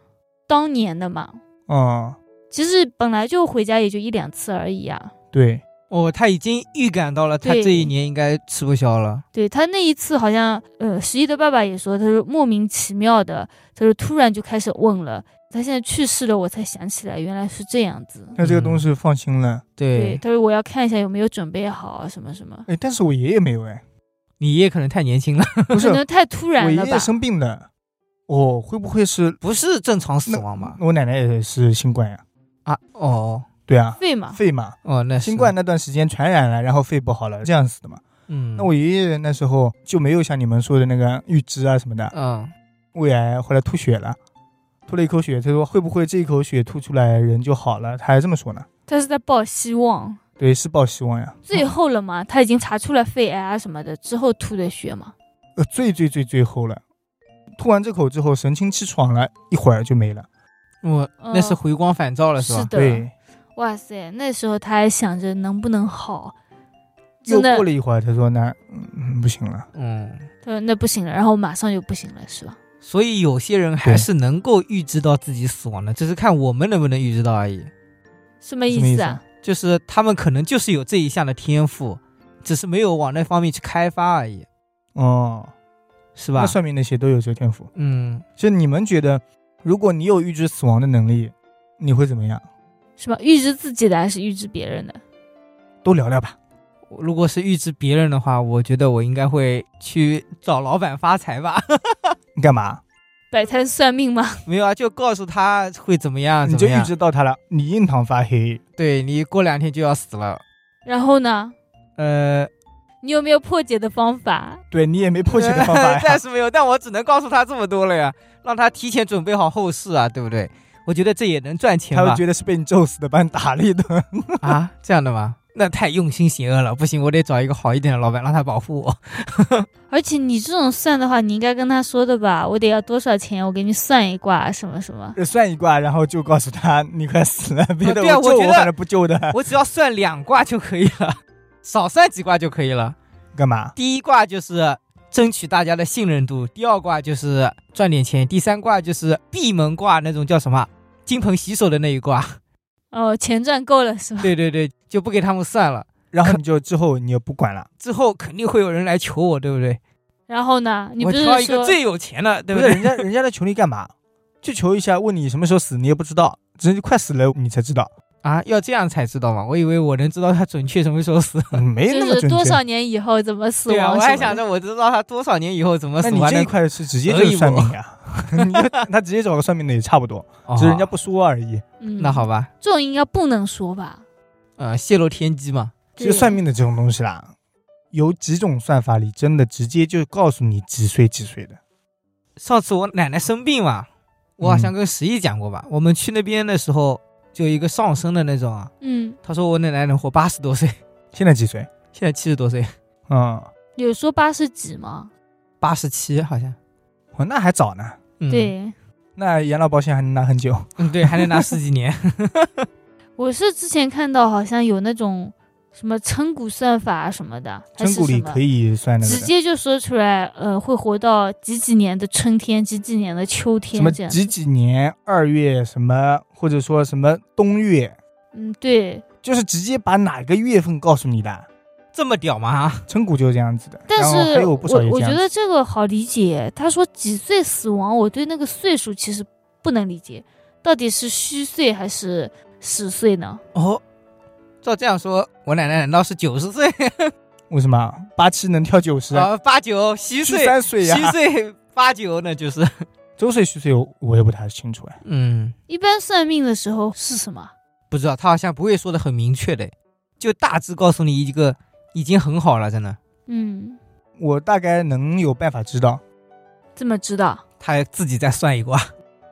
[SPEAKER 2] 当年的嘛，
[SPEAKER 1] 哦，
[SPEAKER 2] 其实本来就回家也就一两次而已啊呀、
[SPEAKER 1] 对，
[SPEAKER 3] 哦，她已经预感到了，她
[SPEAKER 2] 对
[SPEAKER 3] 这一年应该吃不消了。
[SPEAKER 2] 对他那一次好像，呃，十一的爸爸也说，他说莫名其妙的，他说突然就开始问了，他现在去世了，我才想起来原来是这样子。
[SPEAKER 1] 那这个东西放心了。
[SPEAKER 2] 对，
[SPEAKER 3] 对，
[SPEAKER 2] 他说我要看一下有没有准备好啊，什么什么，
[SPEAKER 1] 哎，但是我爷爷没有 哎，
[SPEAKER 3] 你也可能太年轻了，
[SPEAKER 1] 不是
[SPEAKER 2] 可能太突
[SPEAKER 1] 我
[SPEAKER 2] 然
[SPEAKER 1] 爷
[SPEAKER 2] 了吧
[SPEAKER 1] 爷？生病的。哦，会不会是
[SPEAKER 3] 不是正常死亡吧？
[SPEAKER 1] 我奶奶也是新冠呀？
[SPEAKER 3] 啊，哦
[SPEAKER 1] 对啊，
[SPEAKER 2] 肺嘛，
[SPEAKER 1] 肺嘛，
[SPEAKER 3] 哦，那是
[SPEAKER 1] 新冠那段时间传染了，然后肺不好了，这样死的嘛。
[SPEAKER 3] 嗯，
[SPEAKER 1] 那我爷爷那时候就没有像你们说的那个预知啊什么的，
[SPEAKER 3] 嗯
[SPEAKER 1] 胃癌后来吐血了，吐了一口血，他说会不会这一口血吐出来人就好了？他还这么说呢。
[SPEAKER 2] 他是在抱希望。
[SPEAKER 1] 对，是抱希望呀。
[SPEAKER 2] 最后了嘛，他已经查出来肺癌啊什么的，之后吐的血嘛。
[SPEAKER 1] 呃，最最最最后了，吐完这口之后神清气爽了，一会儿就没了。
[SPEAKER 3] 我那是回光返照了，是吧？
[SPEAKER 2] 哦是的，
[SPEAKER 1] 对，
[SPEAKER 2] 嗯哇塞，那时候他还想着能不能好，
[SPEAKER 1] 又
[SPEAKER 2] 真的
[SPEAKER 1] 过了一会儿，他说那嗯嗯不行了，
[SPEAKER 3] 嗯，
[SPEAKER 2] 他说那不行了，然后马上就不行了，是吧？
[SPEAKER 3] 所以有些人还是能够预知到自己死亡的，只是看我们能不能预知到而已。
[SPEAKER 2] 什么意
[SPEAKER 1] 什么意
[SPEAKER 2] 思
[SPEAKER 1] 思
[SPEAKER 2] 啊
[SPEAKER 1] 啊？
[SPEAKER 3] 就是他们可能就是有这一项的天赋，只是没有往那方面去开发而已，
[SPEAKER 1] 哦，
[SPEAKER 3] 是吧
[SPEAKER 1] 那？算命那些都有这个天赋。
[SPEAKER 3] 嗯，
[SPEAKER 1] 就你们觉得，如果你有预知死亡的能力，你会怎么啊样？
[SPEAKER 2] 是吧？预知自己的还是预知别人的？
[SPEAKER 1] 都聊聊吧。
[SPEAKER 3] 如果是预知别人的话，我觉得我应该会去找老板发财吧。
[SPEAKER 1] 你干嘛？
[SPEAKER 2] 摆摊算命吗？
[SPEAKER 3] 没有啊，就告诉他会怎么样，
[SPEAKER 1] 你
[SPEAKER 3] 怎
[SPEAKER 1] 就
[SPEAKER 3] 么
[SPEAKER 1] 预
[SPEAKER 3] 样。
[SPEAKER 1] 知到他了，你印堂发黑。
[SPEAKER 3] 对你过两天就要死了，
[SPEAKER 2] 然后呢？
[SPEAKER 3] 呃，
[SPEAKER 2] 你有没有破解的方法？
[SPEAKER 1] 对你也没破解的 方法呀。
[SPEAKER 3] 暂时没有，但我只能告诉他这么多了呀，让他提前准备好后事啊，对不对？我觉得这也能赚钱
[SPEAKER 1] 他
[SPEAKER 3] 吧
[SPEAKER 1] 会？觉得是被你咒死的，把 你打了一顿。
[SPEAKER 3] 啊，这样的吗？那太用心险恶了，不行，我得找一个好一点的老板，让他保护 我。
[SPEAKER 2] 而且你这种算的话，你应该跟他说的吧？我得要多少钱？我给你算一卦，什么什么。
[SPEAKER 1] 算一卦，然后就告诉他你快死了，别的
[SPEAKER 3] 对啊
[SPEAKER 1] 我
[SPEAKER 3] 我
[SPEAKER 1] 救
[SPEAKER 3] 觉
[SPEAKER 1] 我
[SPEAKER 3] 得
[SPEAKER 1] 反正不救的，
[SPEAKER 3] 我只要算两卦就可以了，少算几卦就可以了。
[SPEAKER 1] 干嘛？
[SPEAKER 3] 第一卦就是争取大家的信任度，第二卦就是赚点钱，第三卦就是闭门卦那种叫什么金盆洗手的那一卦。
[SPEAKER 2] 哦，钱赚够了是吧？
[SPEAKER 3] 对对对，就不给他们算了。
[SPEAKER 1] 然后你就之后你就不管了，
[SPEAKER 3] 之后肯定会有人来求我，对不对？
[SPEAKER 2] 然后呢？你不
[SPEAKER 3] 我
[SPEAKER 2] 是
[SPEAKER 3] 挑一个
[SPEAKER 2] 说
[SPEAKER 3] 最有钱的， 对
[SPEAKER 1] 不是
[SPEAKER 3] 对？
[SPEAKER 1] 人家人家来求你干嘛？就求一下，问你什么时候死，你也不知道，只是你快死了你才知道，
[SPEAKER 3] 啊，要这样才知道嘛。我以为我能知道他准确什么时候死。
[SPEAKER 1] 嗯没那么
[SPEAKER 2] 就是
[SPEAKER 1] 准
[SPEAKER 2] 多
[SPEAKER 1] 确
[SPEAKER 2] 少。年以后怎么死
[SPEAKER 3] 对啊，
[SPEAKER 2] 亡
[SPEAKER 3] 我
[SPEAKER 2] 什
[SPEAKER 3] 还
[SPEAKER 2] 么的？
[SPEAKER 3] 想着我知道他多少年以后怎么
[SPEAKER 1] 那
[SPEAKER 3] 死
[SPEAKER 1] 你
[SPEAKER 3] 亡
[SPEAKER 1] 这
[SPEAKER 3] 的
[SPEAKER 1] 一。块是直接
[SPEAKER 3] 所
[SPEAKER 1] 就
[SPEAKER 3] 以
[SPEAKER 1] 是
[SPEAKER 3] 我
[SPEAKER 1] 算命呀， 你就他直接找个算命的也差不多，
[SPEAKER 3] 哦
[SPEAKER 1] 只是人家不说而已。
[SPEAKER 2] 嗯，
[SPEAKER 3] 那好，吧，
[SPEAKER 2] 这种应该不能说吧？
[SPEAKER 3] 呃，泄露天机嘛。
[SPEAKER 1] 其实算命的这种东西啦，有几种算法里真的直接就告诉你几岁几岁的。
[SPEAKER 3] 上次我奶奶生病嘛，我好像跟十一讲过吧。我们去那边的时候，就一个上升的那种啊，
[SPEAKER 2] 嗯，
[SPEAKER 3] 他说我奶奶能活八十多岁，
[SPEAKER 1] 现在几岁？
[SPEAKER 3] 现在七十多岁，
[SPEAKER 1] 嗯，
[SPEAKER 2] 有说八十几吗？
[SPEAKER 3] 八十七好像。
[SPEAKER 1] 哦，那还早呢。
[SPEAKER 3] 嗯，
[SPEAKER 2] 对，
[SPEAKER 1] 那养老保险还能拿很久。
[SPEAKER 3] 嗯，对，还能拿十几年。
[SPEAKER 2] 我是之前看到好像有那种什么称骨算法什么的，还
[SPEAKER 1] 真
[SPEAKER 2] 是
[SPEAKER 1] 骨
[SPEAKER 2] 什
[SPEAKER 1] 里
[SPEAKER 2] 么
[SPEAKER 1] 可以算那个
[SPEAKER 2] 直
[SPEAKER 1] 的，
[SPEAKER 2] 接就说出来，呃，会活到几几年的春天，几几年的秋
[SPEAKER 1] 什
[SPEAKER 2] 天
[SPEAKER 1] 么
[SPEAKER 2] 这样。
[SPEAKER 1] 几几年二月什么，或者说什么冬月，
[SPEAKER 2] 嗯，对。
[SPEAKER 1] 就是直接把哪个月份告诉你的。
[SPEAKER 3] 这么屌吗？啊
[SPEAKER 1] 称骨就是这样子的，
[SPEAKER 2] 但
[SPEAKER 1] 然后
[SPEAKER 2] 是
[SPEAKER 1] 还有不少也
[SPEAKER 2] 我
[SPEAKER 1] 这样
[SPEAKER 2] 觉
[SPEAKER 1] 子。
[SPEAKER 2] 得这个好理解。他说几岁死亡，我对那个岁数其实不能理解，到底是虚岁还是实岁呢？
[SPEAKER 3] 哦，照这样说，我奶奶难道是九十岁？
[SPEAKER 1] 为什么八七能跳九十？
[SPEAKER 3] 啊，八九虚
[SPEAKER 1] 虚
[SPEAKER 3] 岁，
[SPEAKER 1] 三岁呀
[SPEAKER 3] 虚，岁八九，那就是。
[SPEAKER 1] 周岁虚岁我我也不太清楚哎。
[SPEAKER 3] 嗯，
[SPEAKER 2] 一般算命的时候是什么？
[SPEAKER 3] 不知道，他好像不会说的很明确的，就大致告诉你一个，已经很好了，真的。
[SPEAKER 2] 嗯，
[SPEAKER 1] 我大概能有办法知道，
[SPEAKER 2] 怎么知道？
[SPEAKER 3] 他自己再算一卦，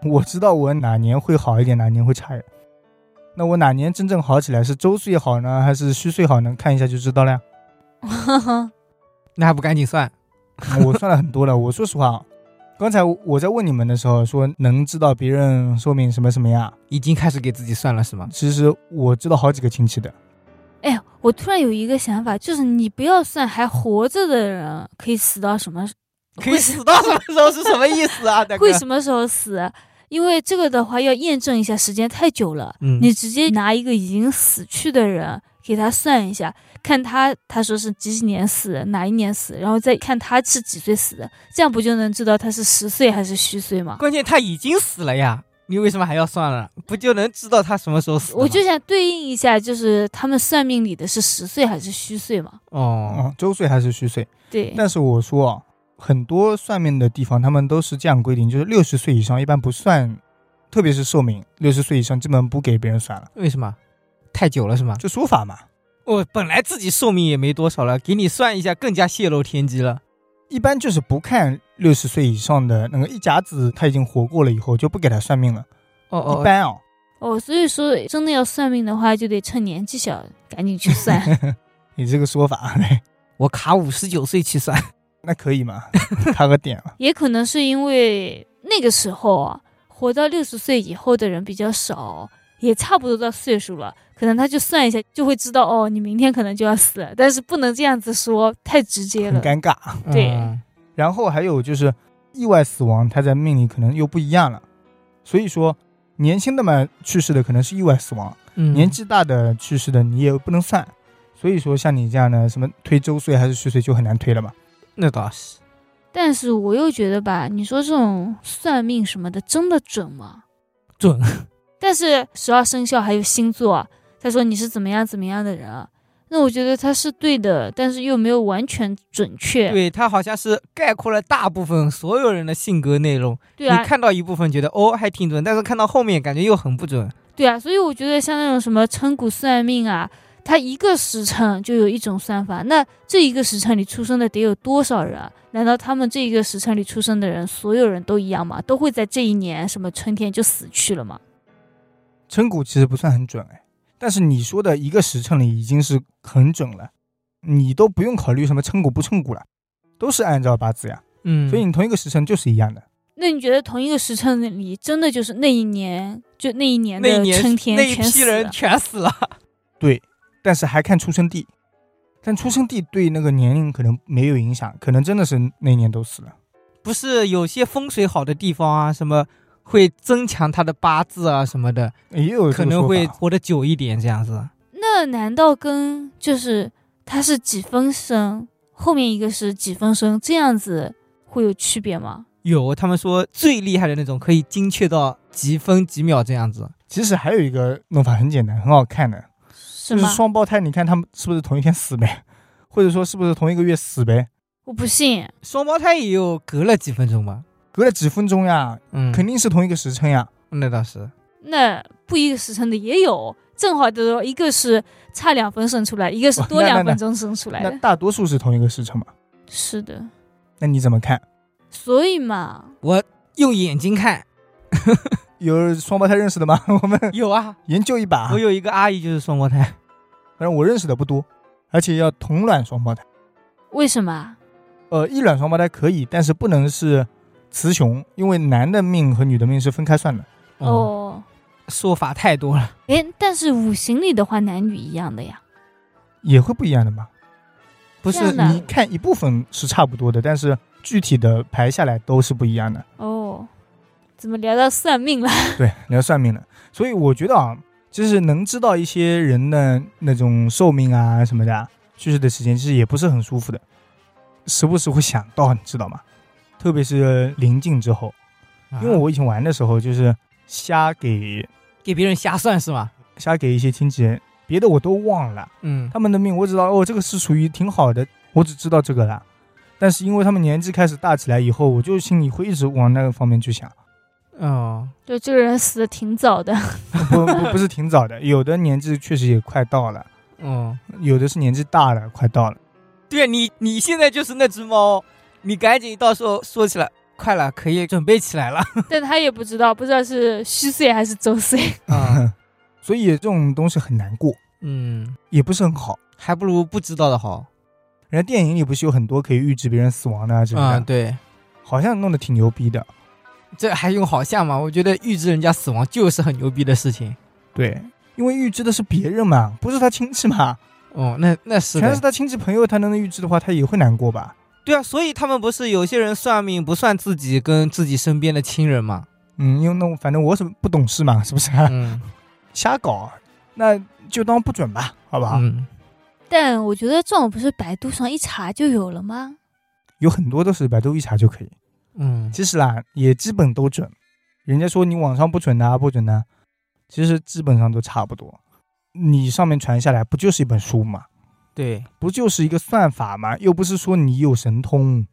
[SPEAKER 1] 我知道我哪年会好一点，哪年会差一点。那我哪年真正好起来是周岁好呢，还是虚岁好呢？看一下就知道了呀。
[SPEAKER 3] 那还不赶紧算？
[SPEAKER 1] 我算了很多了。我说实话啊，刚才我在问你们的时候说能知道别人寿命什么什么呀，
[SPEAKER 3] 已经开始给自己算了是吗？
[SPEAKER 1] 其实我知道好几个亲戚的。
[SPEAKER 2] 哎，我突然有一个想法，就是你不要算还活着的人可以死到什么，
[SPEAKER 3] 可以死到什么时候是什么意思 啊，大哥？
[SPEAKER 2] 会什么时候死，啊因为这个的话要验证一下，时间太久了。
[SPEAKER 3] 嗯，
[SPEAKER 2] 你直接拿一个已经死去的人给他算一下，看他他说是几几年死，哪一年死，然后再看他是几岁死的，这样不就能知道他是实岁还是虚岁吗？
[SPEAKER 3] 关键他已经死了呀，你为什么还要算了？不就能知道他什么时候死的吗？
[SPEAKER 2] 我就想对应一下，就是他们算命里的是实岁还是虚岁嘛？
[SPEAKER 3] 哦，
[SPEAKER 1] 嗯，周岁还是虚岁？
[SPEAKER 2] 对，
[SPEAKER 1] 但是我说啊，很多算命的地方他们都是这样规定，就是六十岁以上一般不算，特别是寿命，六十岁以上基本不给别人算了，
[SPEAKER 3] 为什么？太久了是吗？
[SPEAKER 1] 就说法嘛。
[SPEAKER 3] 我本来自己寿命也没多少了，给你算一下，更加泄露天机了。
[SPEAKER 1] 一般就是不看六十岁以上的那个一甲子他已经活过了以后就不给他算命了。
[SPEAKER 3] 哦
[SPEAKER 1] 一
[SPEAKER 3] 哦，
[SPEAKER 1] 般哦，
[SPEAKER 2] 哦，所以说真的要算命的话，就得趁年纪小赶紧去算。
[SPEAKER 1] 你这个说法， 嘿
[SPEAKER 3] 我卡五十九岁去算，
[SPEAKER 1] 那可以吗？卡个点啊。
[SPEAKER 2] 也可能是因为那个时候啊，活到六十岁以后的人比较少，也差不多到岁数了，可能他就算一下就会知道哦，你明天可能就要死了。但是不能这样子说，太直接
[SPEAKER 1] 很
[SPEAKER 2] 了。
[SPEAKER 1] 尴尬。
[SPEAKER 2] 对
[SPEAKER 3] 嗯
[SPEAKER 1] 然后还有就是意外死亡，它在命里可能又不一样了。所以说，年轻的嘛去世的可能是意外死亡，
[SPEAKER 3] 嗯
[SPEAKER 1] 年纪大的去世的你也不能算。所以说，像你这样的什么推周岁还是虚岁就很难推了嘛。
[SPEAKER 3] 那倒是，
[SPEAKER 2] 但是我又觉得吧，你说这种算命什么的，真的准吗？
[SPEAKER 3] 准。
[SPEAKER 2] 但是十二生肖还有星座啊，他说你是怎么样怎么样的人啊，那我觉得他是对的，但是又没有完全准确。
[SPEAKER 3] 对他好像是概括了大部分所有人的性格内容。
[SPEAKER 2] 对啊
[SPEAKER 3] 你，看到一部分觉得哦还挺准，但是看到后面感觉又很不准。
[SPEAKER 2] 对啊，所以我觉得像那种什么称骨算命啊，它一个时辰就有一种算法，那这一个时辰里出生的得有多少人啊？难道他们这一个时辰里出生的人，所有人都一样吗？都会在这一年什么春天就死去了吗？
[SPEAKER 1] 称骨其实不算很准哎，但是你说的一个时辰里已经是很准了，你都不用考虑什么称骨不称骨了，都是按照八字呀，
[SPEAKER 3] 嗯，
[SPEAKER 1] 所以你同一个时辰就是一样的。
[SPEAKER 2] 那你觉得同一个时辰里，真的就是那一年，就那一年
[SPEAKER 3] 那一
[SPEAKER 2] 的
[SPEAKER 3] 年
[SPEAKER 2] 春天
[SPEAKER 3] 那一
[SPEAKER 2] 全
[SPEAKER 3] 批
[SPEAKER 2] 死
[SPEAKER 3] 人
[SPEAKER 2] 了？
[SPEAKER 3] 全死了，
[SPEAKER 1] 对，但是还看出生地，但出生地对那个年龄可能没有影响，可能真的是那年都死了。
[SPEAKER 3] 不是有些风水好的地方啊，什么会增强他的八字啊什么的，
[SPEAKER 1] 也有这
[SPEAKER 3] 可
[SPEAKER 1] 个
[SPEAKER 3] 能
[SPEAKER 1] 说
[SPEAKER 3] 会
[SPEAKER 1] 法
[SPEAKER 3] 活得久一点这样子。
[SPEAKER 2] 那难道跟就是他是几分生，后面一个是几分生，这样子会有区别吗？
[SPEAKER 3] 有，他们说最厉害的那种可以精确到几分几秒这样子。
[SPEAKER 1] 其实还有一个弄法很简单，很好看的，
[SPEAKER 2] 是
[SPEAKER 1] 就是
[SPEAKER 2] 吗？
[SPEAKER 1] 双胞胎，你看他们是不是同一天死呗， 或者说是不是同一个月死呗，
[SPEAKER 2] 我不信，
[SPEAKER 3] 双胞胎也有隔了几分钟吧？
[SPEAKER 1] 隔了几分钟呀，
[SPEAKER 3] 嗯，
[SPEAKER 1] 肯定是同一个时辰呀。
[SPEAKER 3] 那倒是。
[SPEAKER 2] 那不一个时辰的也有，正好都有一个是差两分生出来，一个是
[SPEAKER 1] 哦
[SPEAKER 2] 多
[SPEAKER 1] 那
[SPEAKER 2] 两
[SPEAKER 1] 那
[SPEAKER 2] 分钟生出来
[SPEAKER 1] 那
[SPEAKER 2] 的。
[SPEAKER 1] 大多数是同一个时辰嘛？
[SPEAKER 2] 是的，
[SPEAKER 1] 那你怎么看？
[SPEAKER 2] 所以嘛，
[SPEAKER 3] 用眼睛看，
[SPEAKER 1] 有双胞胎认识的吗？ 我们
[SPEAKER 3] 有啊，
[SPEAKER 1] 研究一把啊
[SPEAKER 3] 我。有一个阿姨就是双 胞胎，
[SPEAKER 1] 反正我认识的不多，而且要同卵双胞胎。
[SPEAKER 2] 为什么？啊
[SPEAKER 1] 呃，异卵双胞胎可以，但是不能是雌雄，因为男的命和女的命是分开算的。
[SPEAKER 3] 哦，
[SPEAKER 2] 哦，
[SPEAKER 3] 说法太多了。
[SPEAKER 2] 哎，但是五行里的话，男女一样的呀。
[SPEAKER 1] 也会不一样的嘛。
[SPEAKER 3] 不
[SPEAKER 2] 这
[SPEAKER 3] 是
[SPEAKER 2] 样的
[SPEAKER 1] 你看一部分是差不多的，但是具体的排下来都是不一样的。
[SPEAKER 2] 哦，怎么聊到算命了？
[SPEAKER 1] 对，你要算命的，所以我觉得啊，就是能知道一些人的那种寿命啊什么的啊，去世的时间其实也不是很舒服的，时不时会想到，你知道吗？特别是临近之后，因为
[SPEAKER 3] 啊
[SPEAKER 1] 我以前玩的时候就是瞎给
[SPEAKER 3] 给别人瞎算是吧？
[SPEAKER 1] 瞎给一些亲戚，别的我都忘了，
[SPEAKER 3] 嗯，
[SPEAKER 1] 他们的命我只知道哦，这个是属于挺好的，我只知道这个了。但是因为他们年纪开始大起来以后，我就心里会一直往那个方面去想。
[SPEAKER 3] 哦，
[SPEAKER 2] 就这个人死的挺早的，
[SPEAKER 1] 不不不是挺早的， 有的年纪确实也快到了，
[SPEAKER 3] 哦，
[SPEAKER 1] 有的是年纪大了，快到了。
[SPEAKER 3] 对啊，你你现在就是那只猫，你赶紧到时候说起来，快了，可以准备起来了。
[SPEAKER 2] 但他也不知道，不知道是虚岁还是周岁。
[SPEAKER 3] 啊，
[SPEAKER 1] 所以这种东西很难过，
[SPEAKER 3] 嗯，
[SPEAKER 1] 也不是很好。
[SPEAKER 3] 还不如不知道的好。
[SPEAKER 1] 人家电影里不是有很多可以预知别人死亡的啊，之类
[SPEAKER 3] 啊、
[SPEAKER 1] 的，
[SPEAKER 3] 对，
[SPEAKER 1] 好像弄得挺牛逼的。
[SPEAKER 3] 这还用好像吗？我觉得预知人家死亡就是很牛逼的事情。
[SPEAKER 1] 对，因为预知的是别人嘛，不是他亲戚嘛，
[SPEAKER 3] 哦，那那是
[SPEAKER 1] 全
[SPEAKER 3] 的
[SPEAKER 1] 是他亲戚朋友，他能预知的话，他也会难过吧？
[SPEAKER 3] 对啊，所以他们不是有些人算命不算自己跟自己身边的亲人嘛？
[SPEAKER 1] 嗯，因为那我反正我是不懂事嘛，是不是？
[SPEAKER 3] 嗯
[SPEAKER 1] 瞎搞，那就当不准吧，好不好？
[SPEAKER 3] 嗯，
[SPEAKER 2] 但我觉得这种不是百度上一查就有了吗？
[SPEAKER 1] 有很多都是百度一查就可以。
[SPEAKER 3] 嗯，
[SPEAKER 1] 其实啦，也基本都准。人家说你网上不准的、啊，不准的、啊，其实基本上都差不多。你上面传下来不就是一本书嘛？
[SPEAKER 3] 对，
[SPEAKER 1] 不就是一个算法嘛？又不是说你有神通，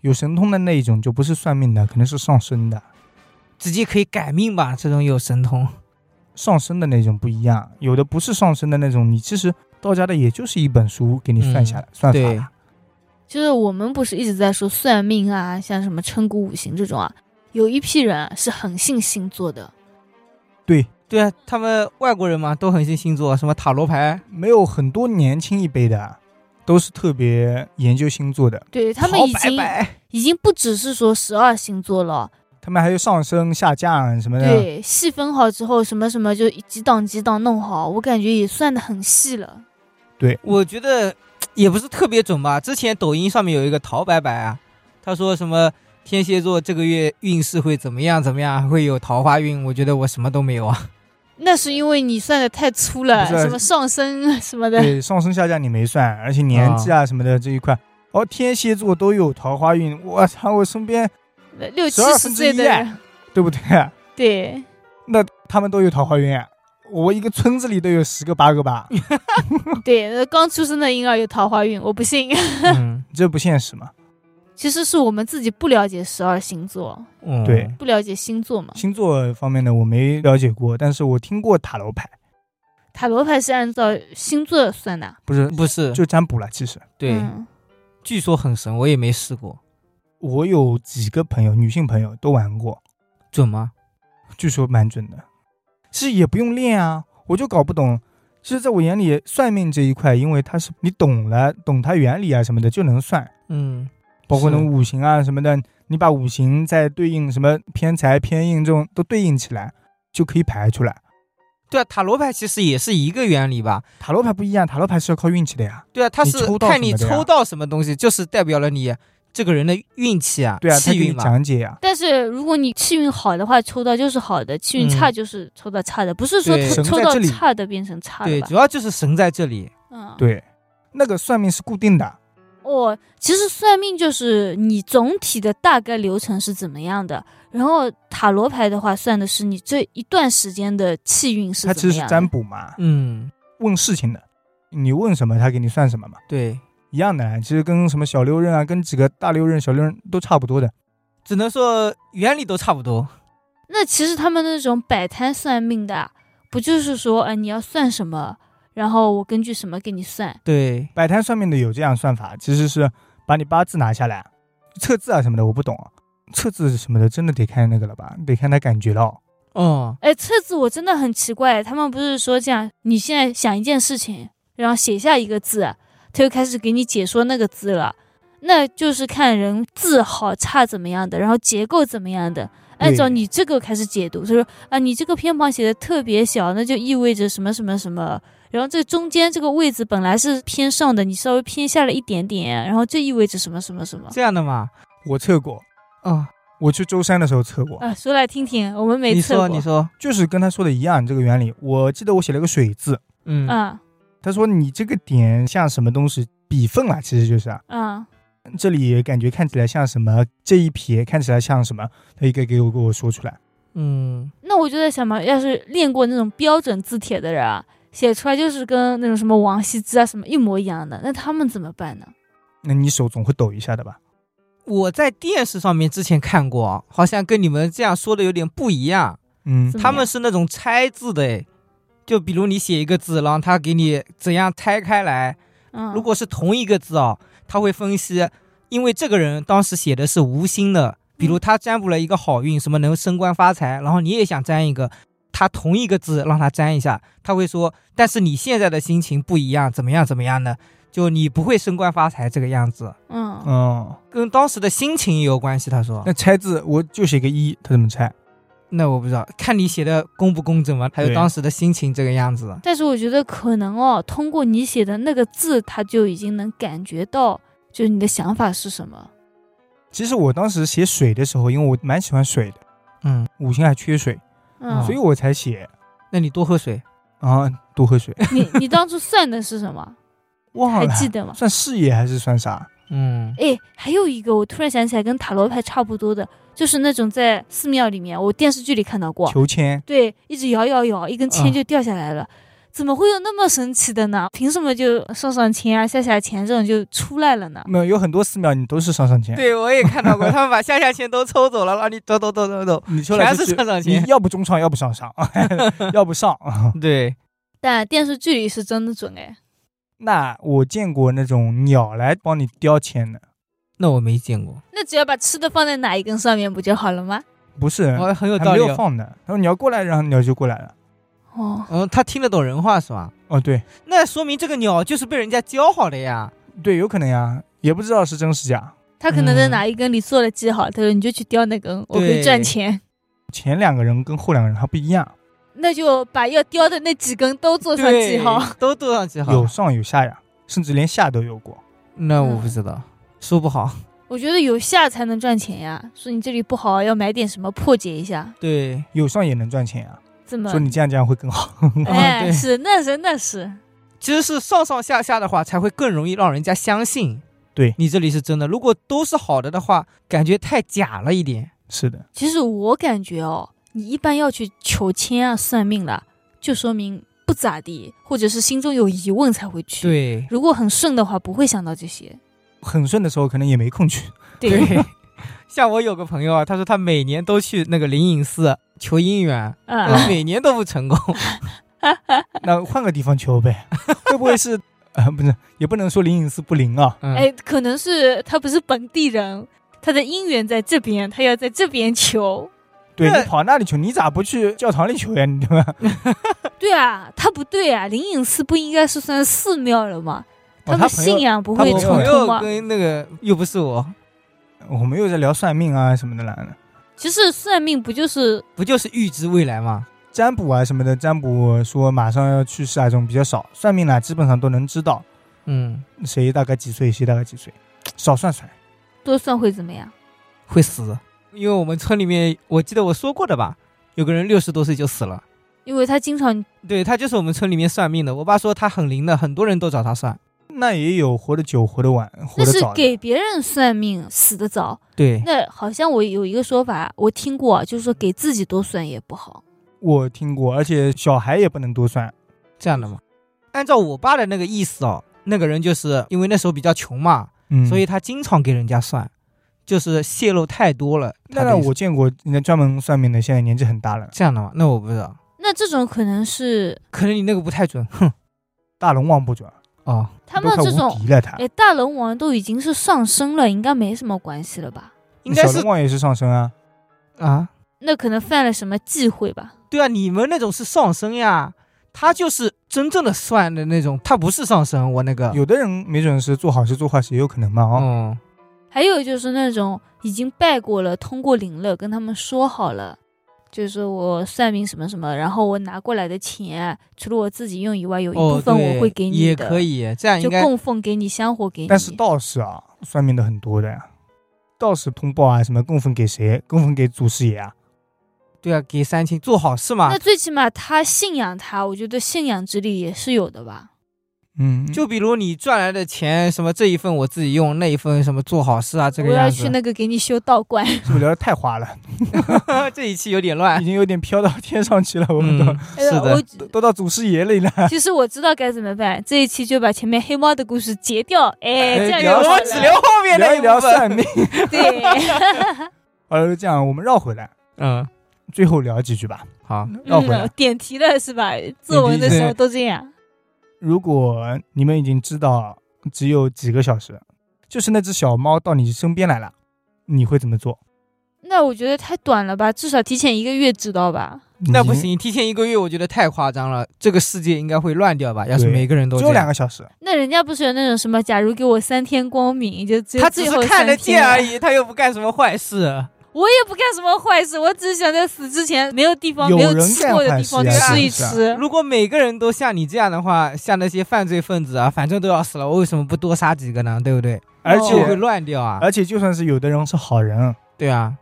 [SPEAKER 1] 有神通的那一种就不是算命的，可能是上升的。
[SPEAKER 3] 直接可以改命吧？这种有神通。
[SPEAKER 1] 上升的那种不一样，有的不是上升的那种，你其实道家的也就是一本书给你算下来、算法
[SPEAKER 3] 嗯对
[SPEAKER 1] 啦。
[SPEAKER 2] 就是我们不是一直在说算命啊，像什么称骨五行这种啊，有一批人啊是很信星座的，
[SPEAKER 1] 对，
[SPEAKER 3] 对啊，他们外国人嘛都很信星座，什么塔罗牌。
[SPEAKER 1] 没有很多年轻一辈的啊都是特别研究星座的，
[SPEAKER 2] 对他们
[SPEAKER 3] 陶
[SPEAKER 2] 已
[SPEAKER 3] 白
[SPEAKER 2] 经
[SPEAKER 3] 白
[SPEAKER 2] 已经不只是说十二星座了，
[SPEAKER 1] 他们还有上升下降什么的。
[SPEAKER 2] 对，细分好之后什么什么就几档几档弄好，我感觉也算的很细了。
[SPEAKER 1] 对，
[SPEAKER 3] 我觉得也不是特别准吧。之前抖音上面有一个陶白白啊，他说什么天蝎座这个月运势会怎么样怎么样，会有桃花运。我觉得我什么都没 有啊。
[SPEAKER 2] 那是因为你算的太粗了，
[SPEAKER 1] 不是
[SPEAKER 2] 什么上升啊什么的，
[SPEAKER 1] 对，上升下降你没算，而且年纪啊什么的这一块，哦，天蝎座都有桃花运，我操，我身边
[SPEAKER 2] 六七
[SPEAKER 1] 12
[SPEAKER 2] 十
[SPEAKER 1] 分之
[SPEAKER 2] 岁的
[SPEAKER 1] 一哎
[SPEAKER 2] 人，
[SPEAKER 1] 对不对？
[SPEAKER 2] 对，
[SPEAKER 1] 那他们都有桃花运啊，我一个村子里都有十个八个 吧，
[SPEAKER 2] 对，那刚出生的婴儿有桃花运，我不信。
[SPEAKER 3] 嗯，
[SPEAKER 1] 这不现实嘛？
[SPEAKER 2] 其实是我们自己不了解十二星座，
[SPEAKER 3] 嗯
[SPEAKER 1] 对，
[SPEAKER 2] 不了解星座嘛。
[SPEAKER 1] 星座方面的我没了解过，但是我听过塔罗牌，
[SPEAKER 2] 塔罗牌是按照星座算的，
[SPEAKER 1] 不是
[SPEAKER 3] 不是，
[SPEAKER 1] 就占卜了。其实
[SPEAKER 3] 对，
[SPEAKER 2] 嗯
[SPEAKER 3] 据说很神，我也没试过，
[SPEAKER 1] 我有几个朋友，女性朋友都玩过，
[SPEAKER 3] 准吗？
[SPEAKER 1] 据说蛮准的。其实也不用练啊，我就搞不懂。其实，在我眼里，算命这一块，因为它是你懂了，懂它原理啊什么的就能算，
[SPEAKER 3] 嗯，
[SPEAKER 1] 包括那种
[SPEAKER 3] 是
[SPEAKER 1] 五行啊什么的，你把五行再对应什么偏财偏印这种都对应起来，就可以排出来。
[SPEAKER 3] 对啊，塔罗牌其实也是一个原理吧？
[SPEAKER 1] 塔罗牌不一样，塔罗牌是要靠运气的呀。
[SPEAKER 3] 对啊，它
[SPEAKER 1] 你
[SPEAKER 3] 是
[SPEAKER 1] 抽到
[SPEAKER 3] 看
[SPEAKER 1] 什
[SPEAKER 3] 你
[SPEAKER 1] 么的呀
[SPEAKER 3] 抽到什么东西，就是代表了你这个人的运气啊，
[SPEAKER 1] 对啊，他
[SPEAKER 3] 气
[SPEAKER 1] 给你
[SPEAKER 3] 运嘛。
[SPEAKER 1] 讲解呀、
[SPEAKER 2] 但是如果你气运好的话，抽到就是好的；气运
[SPEAKER 3] 嗯
[SPEAKER 2] 差就是抽到差的，不是说
[SPEAKER 3] 对
[SPEAKER 2] 抽
[SPEAKER 1] 神
[SPEAKER 2] 抽
[SPEAKER 1] 在
[SPEAKER 2] 到
[SPEAKER 1] 这里
[SPEAKER 2] 差的变成差的
[SPEAKER 3] 对，
[SPEAKER 2] 吧
[SPEAKER 3] 主？要就是神在这里。
[SPEAKER 2] 嗯，。
[SPEAKER 1] 对，那个算命是固定的，
[SPEAKER 2] 哦，其实算命就是你总体的大概流程是怎么样的，然后塔罗牌的话算的是你这一段时间的气运是
[SPEAKER 1] 它
[SPEAKER 2] 怎
[SPEAKER 1] 其
[SPEAKER 2] 么
[SPEAKER 1] 实
[SPEAKER 2] 样
[SPEAKER 1] 是
[SPEAKER 2] 的。
[SPEAKER 1] 占卜嘛，
[SPEAKER 3] 嗯，
[SPEAKER 1] 问事情的，你问什么他给你算什么嘛，
[SPEAKER 3] 对，
[SPEAKER 1] 一样的，啊其实跟什么小六壬啊，跟几个大六壬、小六壬都差不多的。
[SPEAKER 3] 只能说原理都差不多。
[SPEAKER 2] 那其实他们那种摆摊算命的，啊不就是说，哎，你要算什么，然后我根据什么给你算。
[SPEAKER 3] 对，
[SPEAKER 1] 摆摊算命的有这样算法，其实是把你八字拿下来，测字啊什么的我不懂啊，测字什么的真的得看那个了吧，得看他感觉了。
[SPEAKER 3] 哦，
[SPEAKER 2] 哎，册子我真的很奇怪，他们不是说这样，你现在想一件事情，然后写下一个字，他就开始给你解说那个字了，那就是看人字好差怎么样的，然后结构怎么样的。按照
[SPEAKER 1] 对
[SPEAKER 2] 你这个开始解读，他说啊，你这个偏旁写的特别小，那就意味着什么什么什么。然后这中间这个位置本来是偏上的，你稍微偏下了一点点，然后这意味着什么什么什么。
[SPEAKER 3] 这样的嘛。
[SPEAKER 1] 我测过，
[SPEAKER 3] 哦，
[SPEAKER 1] 我去舟山的时候测过，
[SPEAKER 2] 啊，说来听听，我们没
[SPEAKER 3] 你
[SPEAKER 2] 测过。
[SPEAKER 3] 说，你说，
[SPEAKER 1] 就是跟他说的一样，这个原理。我记得我写了个水字，
[SPEAKER 3] 嗯，
[SPEAKER 2] 啊
[SPEAKER 1] 他说你这个点像什么东西，笔锋啊，其实就是啊，
[SPEAKER 2] 啊，
[SPEAKER 1] 这里感觉看起来像什么，这一撇看起来像什么，他一个给我给我说出来。
[SPEAKER 3] 嗯，
[SPEAKER 2] 那我就在想嘛，要是练过那种标准字帖的人啊，写出来就是跟那种什么王羲之啊什么一模一样的，那他们怎么办呢？
[SPEAKER 1] 那你手总会抖一下的吧？
[SPEAKER 3] 我在电视上面之前看过，好像跟你们这样说的有点不一样。
[SPEAKER 1] 嗯
[SPEAKER 2] 怎，么
[SPEAKER 3] 他们是那种拆字的，哎，就比如你写一个字，然后他给你怎样拆开来。
[SPEAKER 2] 嗯，
[SPEAKER 3] 如果是同一个字哦，他会分析，因为这个人当时写的是无心的，比如他占卜了一个好运，什么能升官发财，然后你也想占一个，他同一个字让他占一下，他会说，但是你现在的心情不一样，怎么样怎么样呢？就你不会升官发财这个样子，
[SPEAKER 2] 嗯
[SPEAKER 1] 哦，
[SPEAKER 3] 跟当时的心情也有关系。他说，
[SPEAKER 1] 那拆字我就写个一，他怎么拆？
[SPEAKER 3] 那我不知道，看你写的工不工整嘛，还有
[SPEAKER 1] 对
[SPEAKER 3] 当时的心情这个样子。
[SPEAKER 2] 但是我觉得可能哦，通过你写的那个字，他就已经能感觉到，就是你的想法是什么。
[SPEAKER 1] 其实我当时写水的时候，因为我蛮喜欢水的，
[SPEAKER 3] 嗯，
[SPEAKER 1] 五行还缺水，
[SPEAKER 2] 嗯，
[SPEAKER 1] 所以我才写
[SPEAKER 3] 那你多喝水。
[SPEAKER 1] 啊，多喝水。
[SPEAKER 2] 你你当初算的是什么？
[SPEAKER 1] 忘
[SPEAKER 2] 还
[SPEAKER 1] 了
[SPEAKER 2] 记得吗？
[SPEAKER 1] 算事业还是算啥？
[SPEAKER 3] 嗯
[SPEAKER 2] 哎，还有一个，我突然想起来，跟塔罗牌差不多的，就是那种在寺庙里面，我电视剧里看到过，
[SPEAKER 1] 求签，
[SPEAKER 2] 对，一直摇摇摇，一根
[SPEAKER 3] 啊
[SPEAKER 2] 签就掉下来了。怎么会有那么神奇的呢？凭什么就上上签啊、下下签这种就出来了呢？
[SPEAKER 1] 没有有很多寺庙你都是上上签，
[SPEAKER 3] 对，我也看到过，他们把下下签都抽走了，让你走走走走走。
[SPEAKER 1] 你说来
[SPEAKER 3] 全是上上
[SPEAKER 1] 你
[SPEAKER 3] 签
[SPEAKER 1] 要不中上，要不上上， 要不 上。
[SPEAKER 3] 对，
[SPEAKER 2] 但电视剧里是真的准哎。
[SPEAKER 1] 那我见过那种鸟来帮你雕签的，
[SPEAKER 3] 那我没见过，
[SPEAKER 2] 那只要把吃的放在哪一根上面不就好了吗？
[SPEAKER 1] 不是，
[SPEAKER 3] 我、很有
[SPEAKER 1] 嗯还
[SPEAKER 3] 道
[SPEAKER 1] 没
[SPEAKER 3] 理
[SPEAKER 1] 有
[SPEAKER 3] 哦。
[SPEAKER 1] 放的。他说你要过来，然后鸟就过来了。
[SPEAKER 2] 哦，
[SPEAKER 3] 嗯，他听得懂人话是吧？
[SPEAKER 1] 哦，对
[SPEAKER 3] 那说明这个鸟就是被人家教好的呀。
[SPEAKER 1] 对，有可能呀，也不知道是真是假。
[SPEAKER 2] 他可能在
[SPEAKER 3] 嗯
[SPEAKER 2] 哪一根里做了记号，他说你就去叼那根，我可以
[SPEAKER 3] 对
[SPEAKER 2] 赚钱。
[SPEAKER 1] 前两个人跟后两个人还不一样，
[SPEAKER 2] 那就把要叼的那几根都做上记号。，
[SPEAKER 3] 都做上记号。
[SPEAKER 1] 有，上有下呀，甚至连下都有过。
[SPEAKER 3] 那我
[SPEAKER 2] 嗯
[SPEAKER 3] 不知道，说不好。
[SPEAKER 2] 我觉得有下才能赚钱呀。说你这里不好，要买点什么破解一下。
[SPEAKER 3] 对，
[SPEAKER 1] 有上也能赚钱啊，
[SPEAKER 2] 怎么
[SPEAKER 1] 说？你这样这样会更 好。
[SPEAKER 3] 啊
[SPEAKER 2] 哎，
[SPEAKER 3] 对
[SPEAKER 2] 是那是那是。
[SPEAKER 3] 其实是上上下下的话，才会更容易让人家相信。
[SPEAKER 1] 对
[SPEAKER 3] 你这里是真的，如果都是好的的话，感觉太假了一点。
[SPEAKER 1] 是的，
[SPEAKER 2] 其实我感觉哦，你一般要去求签啊、算命了，就说明不咋地，或者是心中有疑问才会去。，
[SPEAKER 3] 对，
[SPEAKER 2] 如果很顺的话，不会想到这些。
[SPEAKER 1] 很顺的时候可能也没空 去。
[SPEAKER 3] 对， 像我有个朋友啊，他说他每年都去那个灵隐寺求姻缘，但
[SPEAKER 2] 啊，
[SPEAKER 3] 是每年都不成功。
[SPEAKER 1] 那换个地方求呗，会不会是？ 啊，不是，也不能说灵隐寺不灵啊，
[SPEAKER 3] 嗯，
[SPEAKER 2] 哎，可能是他不是本地人，他的姻缘在这边，他要在这边求。
[SPEAKER 1] 对
[SPEAKER 3] 那
[SPEAKER 1] 你跑那里去，你咋不去教堂里求呀？你对吧？
[SPEAKER 2] 对啊，他不对啊，灵隐寺不应该是算寺庙了吗？
[SPEAKER 1] 哦、
[SPEAKER 2] 们
[SPEAKER 1] 他朋
[SPEAKER 2] 信
[SPEAKER 1] 友，
[SPEAKER 2] 仰不
[SPEAKER 1] 他
[SPEAKER 2] 会
[SPEAKER 1] 朋
[SPEAKER 2] 冲
[SPEAKER 1] 友
[SPEAKER 2] 突
[SPEAKER 3] 又
[SPEAKER 2] 吗？
[SPEAKER 3] 跟那个又不是我，
[SPEAKER 1] 我们又在聊算命啊什么的啦，
[SPEAKER 2] 其实算命不就是
[SPEAKER 3] 不就是预知未来吗？
[SPEAKER 1] 占卜啊什么的，占卜说马上要去世啊这种比较少，算命呢基本上都能知道
[SPEAKER 3] 嗯，
[SPEAKER 1] 谁大概几岁，谁大概几岁，少算算。
[SPEAKER 2] 多算会怎么样？
[SPEAKER 3] 会死，因为我们村里面，我记得我说过的吧，有个人六十多岁就死了。
[SPEAKER 2] 因为他经常
[SPEAKER 3] 对他就是我们村里面算命的，我爸说他很灵的，很多人都找他算。
[SPEAKER 1] 那也有活得久、活得晚、活
[SPEAKER 2] 那
[SPEAKER 1] 得
[SPEAKER 2] 是
[SPEAKER 1] 早的。
[SPEAKER 2] 给别人算命死得早。
[SPEAKER 3] 对，
[SPEAKER 2] 那好像我有一个说法，我听过，啊就是说给自己多算也不好。
[SPEAKER 1] 我听过，而且小孩也不能多算。
[SPEAKER 3] 这样的嘛。按照我爸的那个意思哦，那个人就是因为那时候比较穷嘛，
[SPEAKER 1] 嗯，
[SPEAKER 3] 所以他经常给人家算，就是泄露太多了。
[SPEAKER 1] 那
[SPEAKER 3] 他的意思
[SPEAKER 1] 我见过人家专门算命的，现在年纪很大了，
[SPEAKER 3] 这样的嘛？那我不知道，
[SPEAKER 2] 那这种可能是
[SPEAKER 3] 可能你那个不太准。哼，
[SPEAKER 1] 大龙王不准，啊
[SPEAKER 3] 哦，
[SPEAKER 2] 他们
[SPEAKER 1] 都
[SPEAKER 2] 这
[SPEAKER 1] 快无
[SPEAKER 2] 种，
[SPEAKER 1] 敌了
[SPEAKER 3] 啊
[SPEAKER 1] 他。
[SPEAKER 2] 哎，大龙王都已经是上升了，应该没什么关系了吧？
[SPEAKER 3] 应该
[SPEAKER 1] 小
[SPEAKER 3] 是
[SPEAKER 1] 龙王也是上升啊，
[SPEAKER 3] 啊，
[SPEAKER 2] 那可能犯了什么忌讳吧？
[SPEAKER 3] 对啊，你们那种是上升呀，他就是真正的算的那种，他不是上升。我那个，
[SPEAKER 1] 有的人没准是做好事做坏事也有可能嘛哦。
[SPEAKER 3] 嗯，
[SPEAKER 2] 还有就是那种已经拜过了、通过灵了，跟他们说好了，就是说我算命什么什么，然后我拿过来的钱，除了我自己用以外，有一部
[SPEAKER 3] 哦，
[SPEAKER 2] 分
[SPEAKER 3] 对
[SPEAKER 2] 我会给你
[SPEAKER 3] 也
[SPEAKER 2] 的，
[SPEAKER 3] 可以，这样应
[SPEAKER 2] 就
[SPEAKER 3] 该
[SPEAKER 2] 供奉给你、香火给你。
[SPEAKER 1] 但是道士啊，算命的很多的呀，道士通报啊，什么供奉给谁，供奉给祖师爷啊，
[SPEAKER 3] 对啊，给三千做好事嘛
[SPEAKER 2] 那。最起码他信仰他，我觉得信仰之力也是有的吧。
[SPEAKER 1] 嗯，
[SPEAKER 3] 就比如你赚来的钱，什么这一份我自己用，那一份什么做好事啊，这个
[SPEAKER 2] 我要
[SPEAKER 3] 样
[SPEAKER 2] 去
[SPEAKER 3] 子。
[SPEAKER 2] 那个给你修道观，
[SPEAKER 1] 是不是聊得太花 了，
[SPEAKER 3] 这一期有点乱
[SPEAKER 1] 已。经有点飘到天上去了，我们都、
[SPEAKER 3] 嗯， 是
[SPEAKER 2] 哎
[SPEAKER 3] 的，
[SPEAKER 2] 我
[SPEAKER 1] 都到祖师爷那里了。
[SPEAKER 2] 其实我知道该怎么办，这一期就把前面黑猫的故事截掉，哎，这样
[SPEAKER 1] 聊
[SPEAKER 2] 就好
[SPEAKER 3] 我
[SPEAKER 2] 了
[SPEAKER 3] 只聊后面
[SPEAKER 1] 聊
[SPEAKER 3] 那
[SPEAKER 1] 一聊
[SPEAKER 3] 部分
[SPEAKER 1] 算命，
[SPEAKER 2] 对，
[SPEAKER 1] 呃，这样我们绕回来，
[SPEAKER 3] 嗯，
[SPEAKER 1] 最后聊几句吧，
[SPEAKER 3] 好，
[SPEAKER 1] 绕回来。
[SPEAKER 2] 嗯，点题了是吧？作文的时候都这样。
[SPEAKER 1] 如果你们已经知道只有几个小时，就是那只小猫到你身边来了，你会怎么做？
[SPEAKER 2] 那我觉得太短了吧，至少提前一个月知道吧。
[SPEAKER 3] 那不，行，提前一个月我觉得太夸张了，这个世界应该会乱掉吧？要是
[SPEAKER 1] 对
[SPEAKER 3] 每个人都
[SPEAKER 1] 只
[SPEAKER 3] 这
[SPEAKER 1] 有
[SPEAKER 3] 样
[SPEAKER 1] 两个小时，
[SPEAKER 2] 那人家不是有那种什么，假如给我三天光明，就只有
[SPEAKER 3] 他只
[SPEAKER 2] 最
[SPEAKER 3] 是
[SPEAKER 2] 后
[SPEAKER 3] 看得
[SPEAKER 2] 三天
[SPEAKER 3] 见而。已，他又不干什么坏事。
[SPEAKER 2] 我也不干什么坏事，我只是想在死之前没有地方
[SPEAKER 1] 有
[SPEAKER 2] 没有
[SPEAKER 1] 人
[SPEAKER 2] 吃过的地方
[SPEAKER 3] 干坏事呀
[SPEAKER 2] 吃一
[SPEAKER 1] 是不
[SPEAKER 2] 吃。
[SPEAKER 3] 如果每个人都像你这样的话，像那些犯罪分子啊，反正都要死了，我为什么不多杀几个呢？对不对？
[SPEAKER 1] 而
[SPEAKER 3] 就会
[SPEAKER 1] 且、
[SPEAKER 3] 乱掉啊。
[SPEAKER 1] 而且就算是有的人是好人，
[SPEAKER 3] 对啊，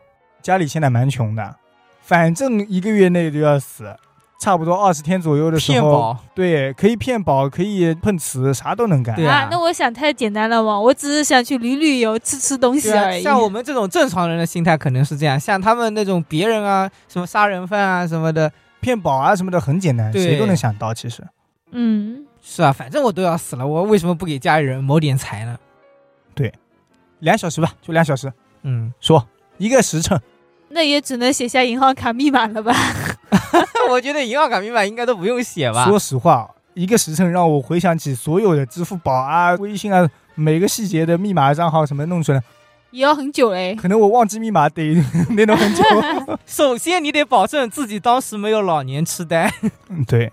[SPEAKER 1] 家里现在蛮穷的，反正一个月内就要死，差不多二十天左右的时
[SPEAKER 3] 骗
[SPEAKER 1] 候，
[SPEAKER 3] 保。
[SPEAKER 1] 对，可以骗保，可以碰瓷，啥都能干。
[SPEAKER 3] 对啊
[SPEAKER 2] 那我想太简单了嘛，我只是想去旅旅游、吃吃东西
[SPEAKER 3] 对啊
[SPEAKER 2] 而，已。
[SPEAKER 3] 像我们这种正常人的心态可能是这样，像他们那种别人啊，什么杀人犯啊什么的，
[SPEAKER 1] 骗保啊什么的很简单，
[SPEAKER 3] 对
[SPEAKER 1] 谁都能想到。其实，
[SPEAKER 2] 嗯，
[SPEAKER 3] 是啊，反正我都要死了，我为什么不给家里人谋点财呢？
[SPEAKER 1] 两小时吧，就两小时，
[SPEAKER 3] 嗯，
[SPEAKER 1] 说一个时辰。
[SPEAKER 2] 那也只能写下银行卡密码了吧？
[SPEAKER 3] 我觉得银行卡密码应该都不用写 吧？
[SPEAKER 1] 说实话，一个时辰让我回想起所有的支付宝啊、微信啊每个细节的密码、账号什么弄出来，
[SPEAKER 2] 也要很久嘞。
[SPEAKER 1] 可能我忘记密码得那种 很久。
[SPEAKER 3] 首先你得保证自己当时没有老年痴呆。
[SPEAKER 1] 嗯，对，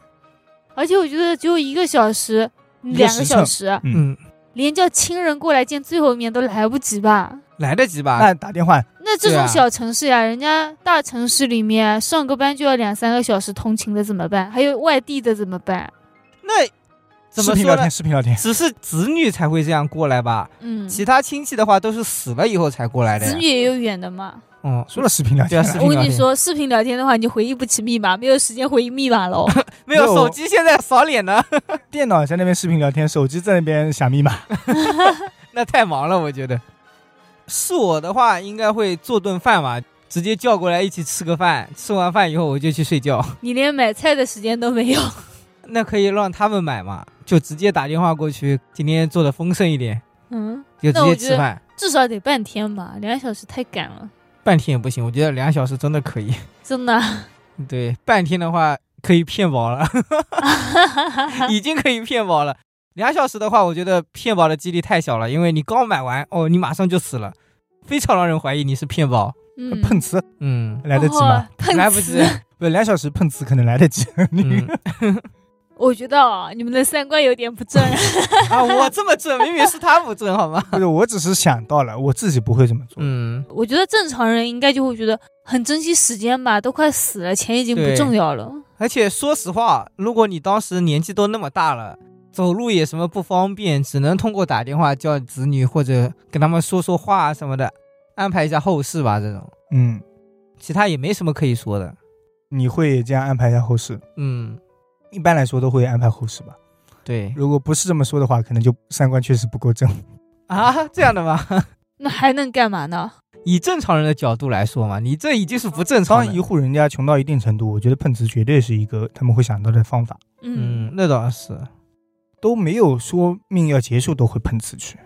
[SPEAKER 2] 而且我觉得只有一个小时，
[SPEAKER 1] 一个
[SPEAKER 2] 两
[SPEAKER 1] 时
[SPEAKER 2] 个
[SPEAKER 1] 辰
[SPEAKER 2] 小时，
[SPEAKER 1] 嗯，
[SPEAKER 3] 嗯，
[SPEAKER 2] 连叫亲人过来见最后一面都来不及吧？
[SPEAKER 3] 来得及吧？
[SPEAKER 1] 那打电话
[SPEAKER 2] 那这
[SPEAKER 3] 对啊
[SPEAKER 2] 种小城市呀、人家大城市里面上个班就要两三个小时通勤的怎么办？还有外地的怎么办？
[SPEAKER 3] 那怎
[SPEAKER 1] 视
[SPEAKER 3] 么
[SPEAKER 1] 频聊
[SPEAKER 3] 说呢
[SPEAKER 1] 天，？视频聊天，
[SPEAKER 3] 只是子女才会这样过来吧？
[SPEAKER 2] 嗯，
[SPEAKER 3] 其他亲戚的话都是死了以后才过来的呀。
[SPEAKER 2] 子女也有远的嘛。
[SPEAKER 3] 嗯，
[SPEAKER 1] 说了视频聊天
[SPEAKER 3] 对啊
[SPEAKER 1] 了，
[SPEAKER 3] 视频
[SPEAKER 2] 哎我跟
[SPEAKER 3] 聊
[SPEAKER 2] 你
[SPEAKER 3] 天
[SPEAKER 2] 说，视频聊天的话，你回忆不起密码，没有时间回忆密码喽。
[SPEAKER 3] 没有
[SPEAKER 1] 那我
[SPEAKER 3] 手机现在扫脸呢，
[SPEAKER 1] 电脑在那边视频聊天，手机在那边想密码。
[SPEAKER 3] 那太忙了，我觉得。是我的话，应该会做顿饭吧，直接叫过来一起吃个饭，吃完饭以后我就去睡觉。
[SPEAKER 2] 你连买菜的时间都没有。
[SPEAKER 3] 那可以让他们买嘛，就直接打电话过去，今天做的丰盛一点，
[SPEAKER 2] 嗯，
[SPEAKER 3] 就直
[SPEAKER 2] 那
[SPEAKER 3] 接
[SPEAKER 2] 我觉
[SPEAKER 3] 吃
[SPEAKER 2] 得
[SPEAKER 3] 饭。
[SPEAKER 2] 至少得半天吧，两小时太赶了，
[SPEAKER 3] 半天也不行，我觉得两小时真的可以。
[SPEAKER 2] 真的。
[SPEAKER 3] 对，半天的话可以骗保了， 已经可以骗保了。两小时的话，我觉得骗保的几率太小了，因为你刚买完哦，你马上就死了，非常让人怀疑你是骗保。
[SPEAKER 2] 嗯，
[SPEAKER 1] 碰瓷
[SPEAKER 3] 嗯，
[SPEAKER 1] 来得及吗？
[SPEAKER 2] 哦？碰
[SPEAKER 3] 来不
[SPEAKER 2] 瓷
[SPEAKER 3] 及，
[SPEAKER 1] 不，两小时碰瓷可能来得及。
[SPEAKER 3] 嗯
[SPEAKER 2] 我觉得啊，你们的三观有点不正啊。
[SPEAKER 3] 啊，我这么正，明明是他不正，好吗？
[SPEAKER 1] 不是，我只是想到了，我自己不会这么做。
[SPEAKER 3] 嗯，
[SPEAKER 2] 我觉得正常人应该就会觉得很珍惜时间吧，都快死了，钱已经不
[SPEAKER 3] 对
[SPEAKER 2] 重要了。
[SPEAKER 3] 而且说实话，如果你当时年纪都那么大了，走路也什么不方便，只能通过打电话叫子女或者跟他们说说话啊什么的，安排一下后事吧。这种
[SPEAKER 1] 嗯，
[SPEAKER 3] 其他也没什么可以说的。
[SPEAKER 1] 你会这样安排一下后事？
[SPEAKER 3] 嗯，
[SPEAKER 1] 一般来说都会安排后事吧。
[SPEAKER 3] 对
[SPEAKER 1] 如果不是这么说的话，可能就三观确实不够正。
[SPEAKER 3] 啊，这样的吗？
[SPEAKER 2] 那还能干嘛呢？
[SPEAKER 3] 以正常人的角度来说嘛，你这已经是不正常
[SPEAKER 1] 当一
[SPEAKER 3] 的。
[SPEAKER 1] 户人家穷到一定程度，我觉得碰瓷绝对是一个他们会想到的方法，
[SPEAKER 2] 嗯，
[SPEAKER 3] 嗯，那倒是，
[SPEAKER 1] 都没有说命要结束都会碰瓷去。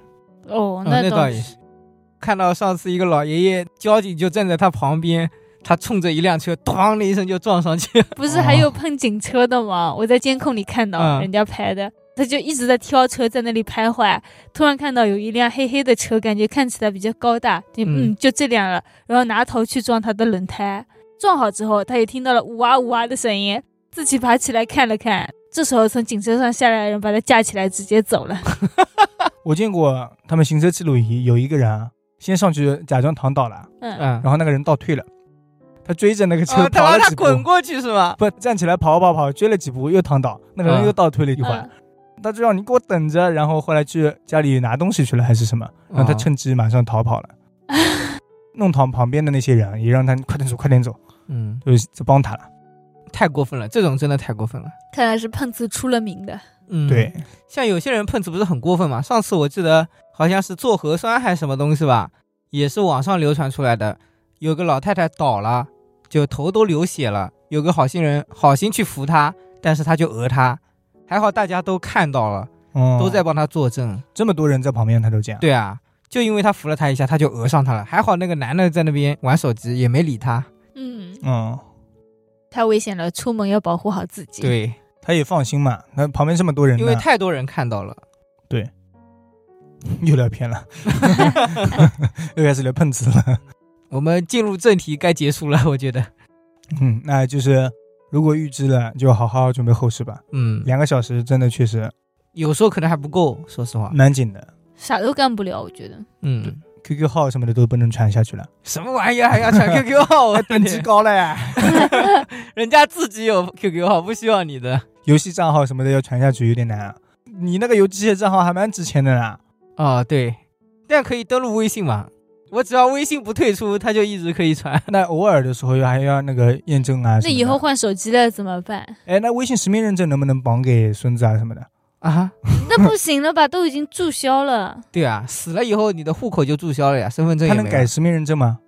[SPEAKER 2] 哦，
[SPEAKER 3] 嗯那
[SPEAKER 2] 倒
[SPEAKER 3] 倒也是。看到上次一个老爷爷，交警就站在他旁边，他冲着一辆车，咣的一声就撞上去。
[SPEAKER 2] 不是还有碰警车的吗？我在监控里看到
[SPEAKER 3] 嗯
[SPEAKER 2] 人家拍的，他就一直在挑车，在那里徘徊。突然看到有一辆黑黑的车，感觉看起来比较高大，就嗯
[SPEAKER 3] 嗯
[SPEAKER 2] 就这辆了。然后拿头去撞他的轮胎，撞好之后，他也听到了呜哇呜哇的声音，自己爬起来看了看。这时候从警车上下来的人把他架起来，直接走了。
[SPEAKER 1] 我见过他们行车记录仪有一个人啊，先上去假装躺倒了，
[SPEAKER 2] 嗯，
[SPEAKER 3] 嗯，
[SPEAKER 1] 然后那个人倒退了，他追着那个车
[SPEAKER 3] 啊他
[SPEAKER 1] 跑
[SPEAKER 3] 把
[SPEAKER 1] 了
[SPEAKER 3] 他
[SPEAKER 1] 几步，
[SPEAKER 3] 滚过去是吗？
[SPEAKER 1] 不站起来跑跑跑，追了几步又躺倒，那个人
[SPEAKER 3] 嗯
[SPEAKER 1] 又倒退了一
[SPEAKER 2] 一
[SPEAKER 1] 会儿，他就让你给我等着，然后后来去家里拿东西去了还是什么，然后他
[SPEAKER 3] 哦
[SPEAKER 1] 趁机马上逃跑了。
[SPEAKER 2] 嗯
[SPEAKER 1] 弄堂旁边的那些人也让他快点走，快点走，
[SPEAKER 3] 嗯，
[SPEAKER 1] 就是在帮他了。
[SPEAKER 3] 太过分了，这种真的太过分了。
[SPEAKER 2] 看来是碰瓷出了名的。
[SPEAKER 3] 嗯，
[SPEAKER 1] 对，，
[SPEAKER 3] 像有些人碰瓷不是很过分嘛？上次我记得好像是做核酸还是什么东西吧，也是网上流传出来的，有个老太太倒了，就头都流血了，有个好心人好心去扶她，但是她就讹她，还好大家都看到了，
[SPEAKER 1] 哦
[SPEAKER 3] 都在帮她作证。
[SPEAKER 1] 这么多人在旁边，他都这样。
[SPEAKER 3] 对啊，就因为她扶了她一下，她就讹上她了。还好那个男的在那边玩手机，也没理她。
[SPEAKER 2] 嗯，
[SPEAKER 1] 嗯，
[SPEAKER 2] 太危险了，出门要保护好自己。，
[SPEAKER 3] 对，
[SPEAKER 1] 他也放心嘛。那旁边这么多人呢，
[SPEAKER 3] 因为太多人看到了。
[SPEAKER 1] 又聊偏了， 又开始聊碰瓷 了。
[SPEAKER 3] 我们进入正题，该结束了，我觉得。
[SPEAKER 1] 嗯，那就是如果预知了，就好好准备后事吧。
[SPEAKER 3] 嗯，
[SPEAKER 1] 两个小时真的确实
[SPEAKER 3] 有时候可能还不够，说实话。
[SPEAKER 1] 蛮紧的
[SPEAKER 2] 啥都干不了，我觉得。
[SPEAKER 3] 嗯，
[SPEAKER 1] ，QQ 号什么的都不能传下 去了，
[SPEAKER 3] 什么玩意儿还要传 QQ 号？我的
[SPEAKER 1] 等级
[SPEAKER 3] 天，
[SPEAKER 1] 高了呀。
[SPEAKER 3] 人家自己有 QQ 号，不需要你的
[SPEAKER 1] 游戏账号什么的要传下去有点难啊。你那个游戏账号还蛮值钱的啦。
[SPEAKER 3] 啊、对，但可以登录微信嘛？我只要微信不退出，它就一直可以传。
[SPEAKER 1] 那偶尔的时候还要那个验证啊什么
[SPEAKER 2] 那
[SPEAKER 1] 的。
[SPEAKER 2] 以后换手机了怎么 办？
[SPEAKER 1] 哎，那微信实名认证能不能绑给孙子啊什么的？
[SPEAKER 3] 啊，
[SPEAKER 2] 那不行了吧？都已经注销了。
[SPEAKER 3] 对啊，死了以后你的户口就注销了呀，身份证
[SPEAKER 1] 他
[SPEAKER 3] 也
[SPEAKER 1] 能
[SPEAKER 3] 没啊
[SPEAKER 1] 改
[SPEAKER 3] 了。
[SPEAKER 1] 实名认证吗？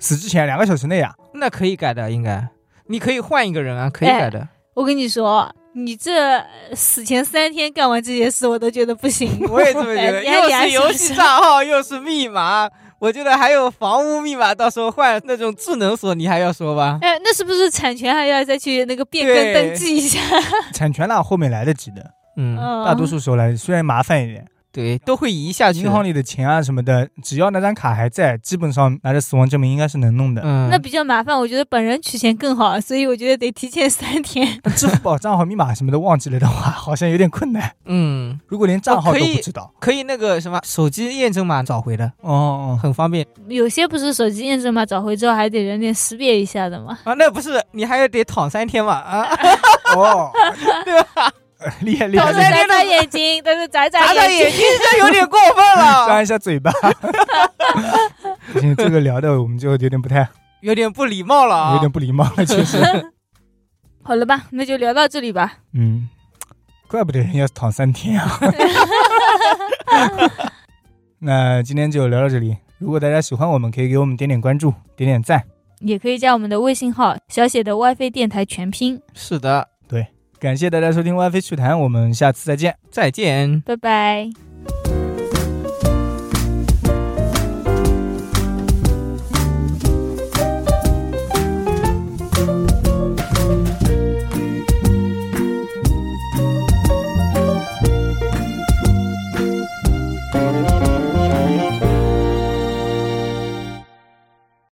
[SPEAKER 1] 死之前两个小时内啊。
[SPEAKER 3] 那可以改的，应该你可以换一个人啊，可以
[SPEAKER 2] 哎
[SPEAKER 3] 改的。
[SPEAKER 2] 我跟你说，你这死前三天干完这些事，我都觉得不 行。
[SPEAKER 3] 我也这么觉得，
[SPEAKER 2] 你还
[SPEAKER 3] 又是
[SPEAKER 2] 良心
[SPEAKER 3] 游戏账号，又是密码，我觉得还有房屋密码，到时候换那种智能锁，你还要说吧？
[SPEAKER 2] 哎，那是不是产权还要再去那个变更
[SPEAKER 3] 对
[SPEAKER 2] 登记一下？
[SPEAKER 1] 产权啦，后面来得及的，
[SPEAKER 3] 嗯，
[SPEAKER 2] 嗯，
[SPEAKER 1] 大多数时候来，虽然麻烦一点，
[SPEAKER 3] 对，都会移下去
[SPEAKER 1] 银。行里的钱啊什么的，只要那张卡还在，基本上拿着死亡证明应该是能弄的。
[SPEAKER 3] 嗯，
[SPEAKER 2] 那比较麻烦。我觉得本人取钱更好，所以我觉得得提前三 天。
[SPEAKER 1] 那支付宝账号密码什么的忘记了的话，好像有点困难。
[SPEAKER 3] 嗯，
[SPEAKER 1] 如果连账号
[SPEAKER 3] 哦可
[SPEAKER 1] 都
[SPEAKER 3] 以
[SPEAKER 1] 不知道，
[SPEAKER 3] 可以那个什么手机验证码找回的，
[SPEAKER 1] 哦 哦，
[SPEAKER 3] 很方便
[SPEAKER 2] 有些不是手机验证码找回之后还得人脸识别一下的吗？
[SPEAKER 3] 啊。那不是你还要得躺三天嘛？啊，
[SPEAKER 1] 哦，
[SPEAKER 3] 对吧？
[SPEAKER 1] 厉害厉
[SPEAKER 2] 但
[SPEAKER 1] 害
[SPEAKER 2] 是
[SPEAKER 1] 厉害，
[SPEAKER 2] 眨眨眼睛，但是眨
[SPEAKER 3] 眨眨眼
[SPEAKER 2] 眼睛。
[SPEAKER 3] 睛这有点过分
[SPEAKER 1] 张
[SPEAKER 3] 了，
[SPEAKER 1] 一下嘴 巴。不行，这个聊的我们就有点不太，
[SPEAKER 3] 有点不礼貌了啊。
[SPEAKER 1] 有点不礼貌了，确实。
[SPEAKER 2] 好了吧，那就聊到这里吧。
[SPEAKER 1] 嗯，怪不得人要躺三天啊。那今天就聊到这里。如果大家喜欢我们，可以给我们点点关注，点点赞。
[SPEAKER 2] 也可以加我们的微信号“小写的 WiFi 电台全拼”，
[SPEAKER 3] 是的，
[SPEAKER 1] 感谢大家收听 WiFi 趣谈，我们下次再见。
[SPEAKER 3] 再见。
[SPEAKER 2] 拜拜。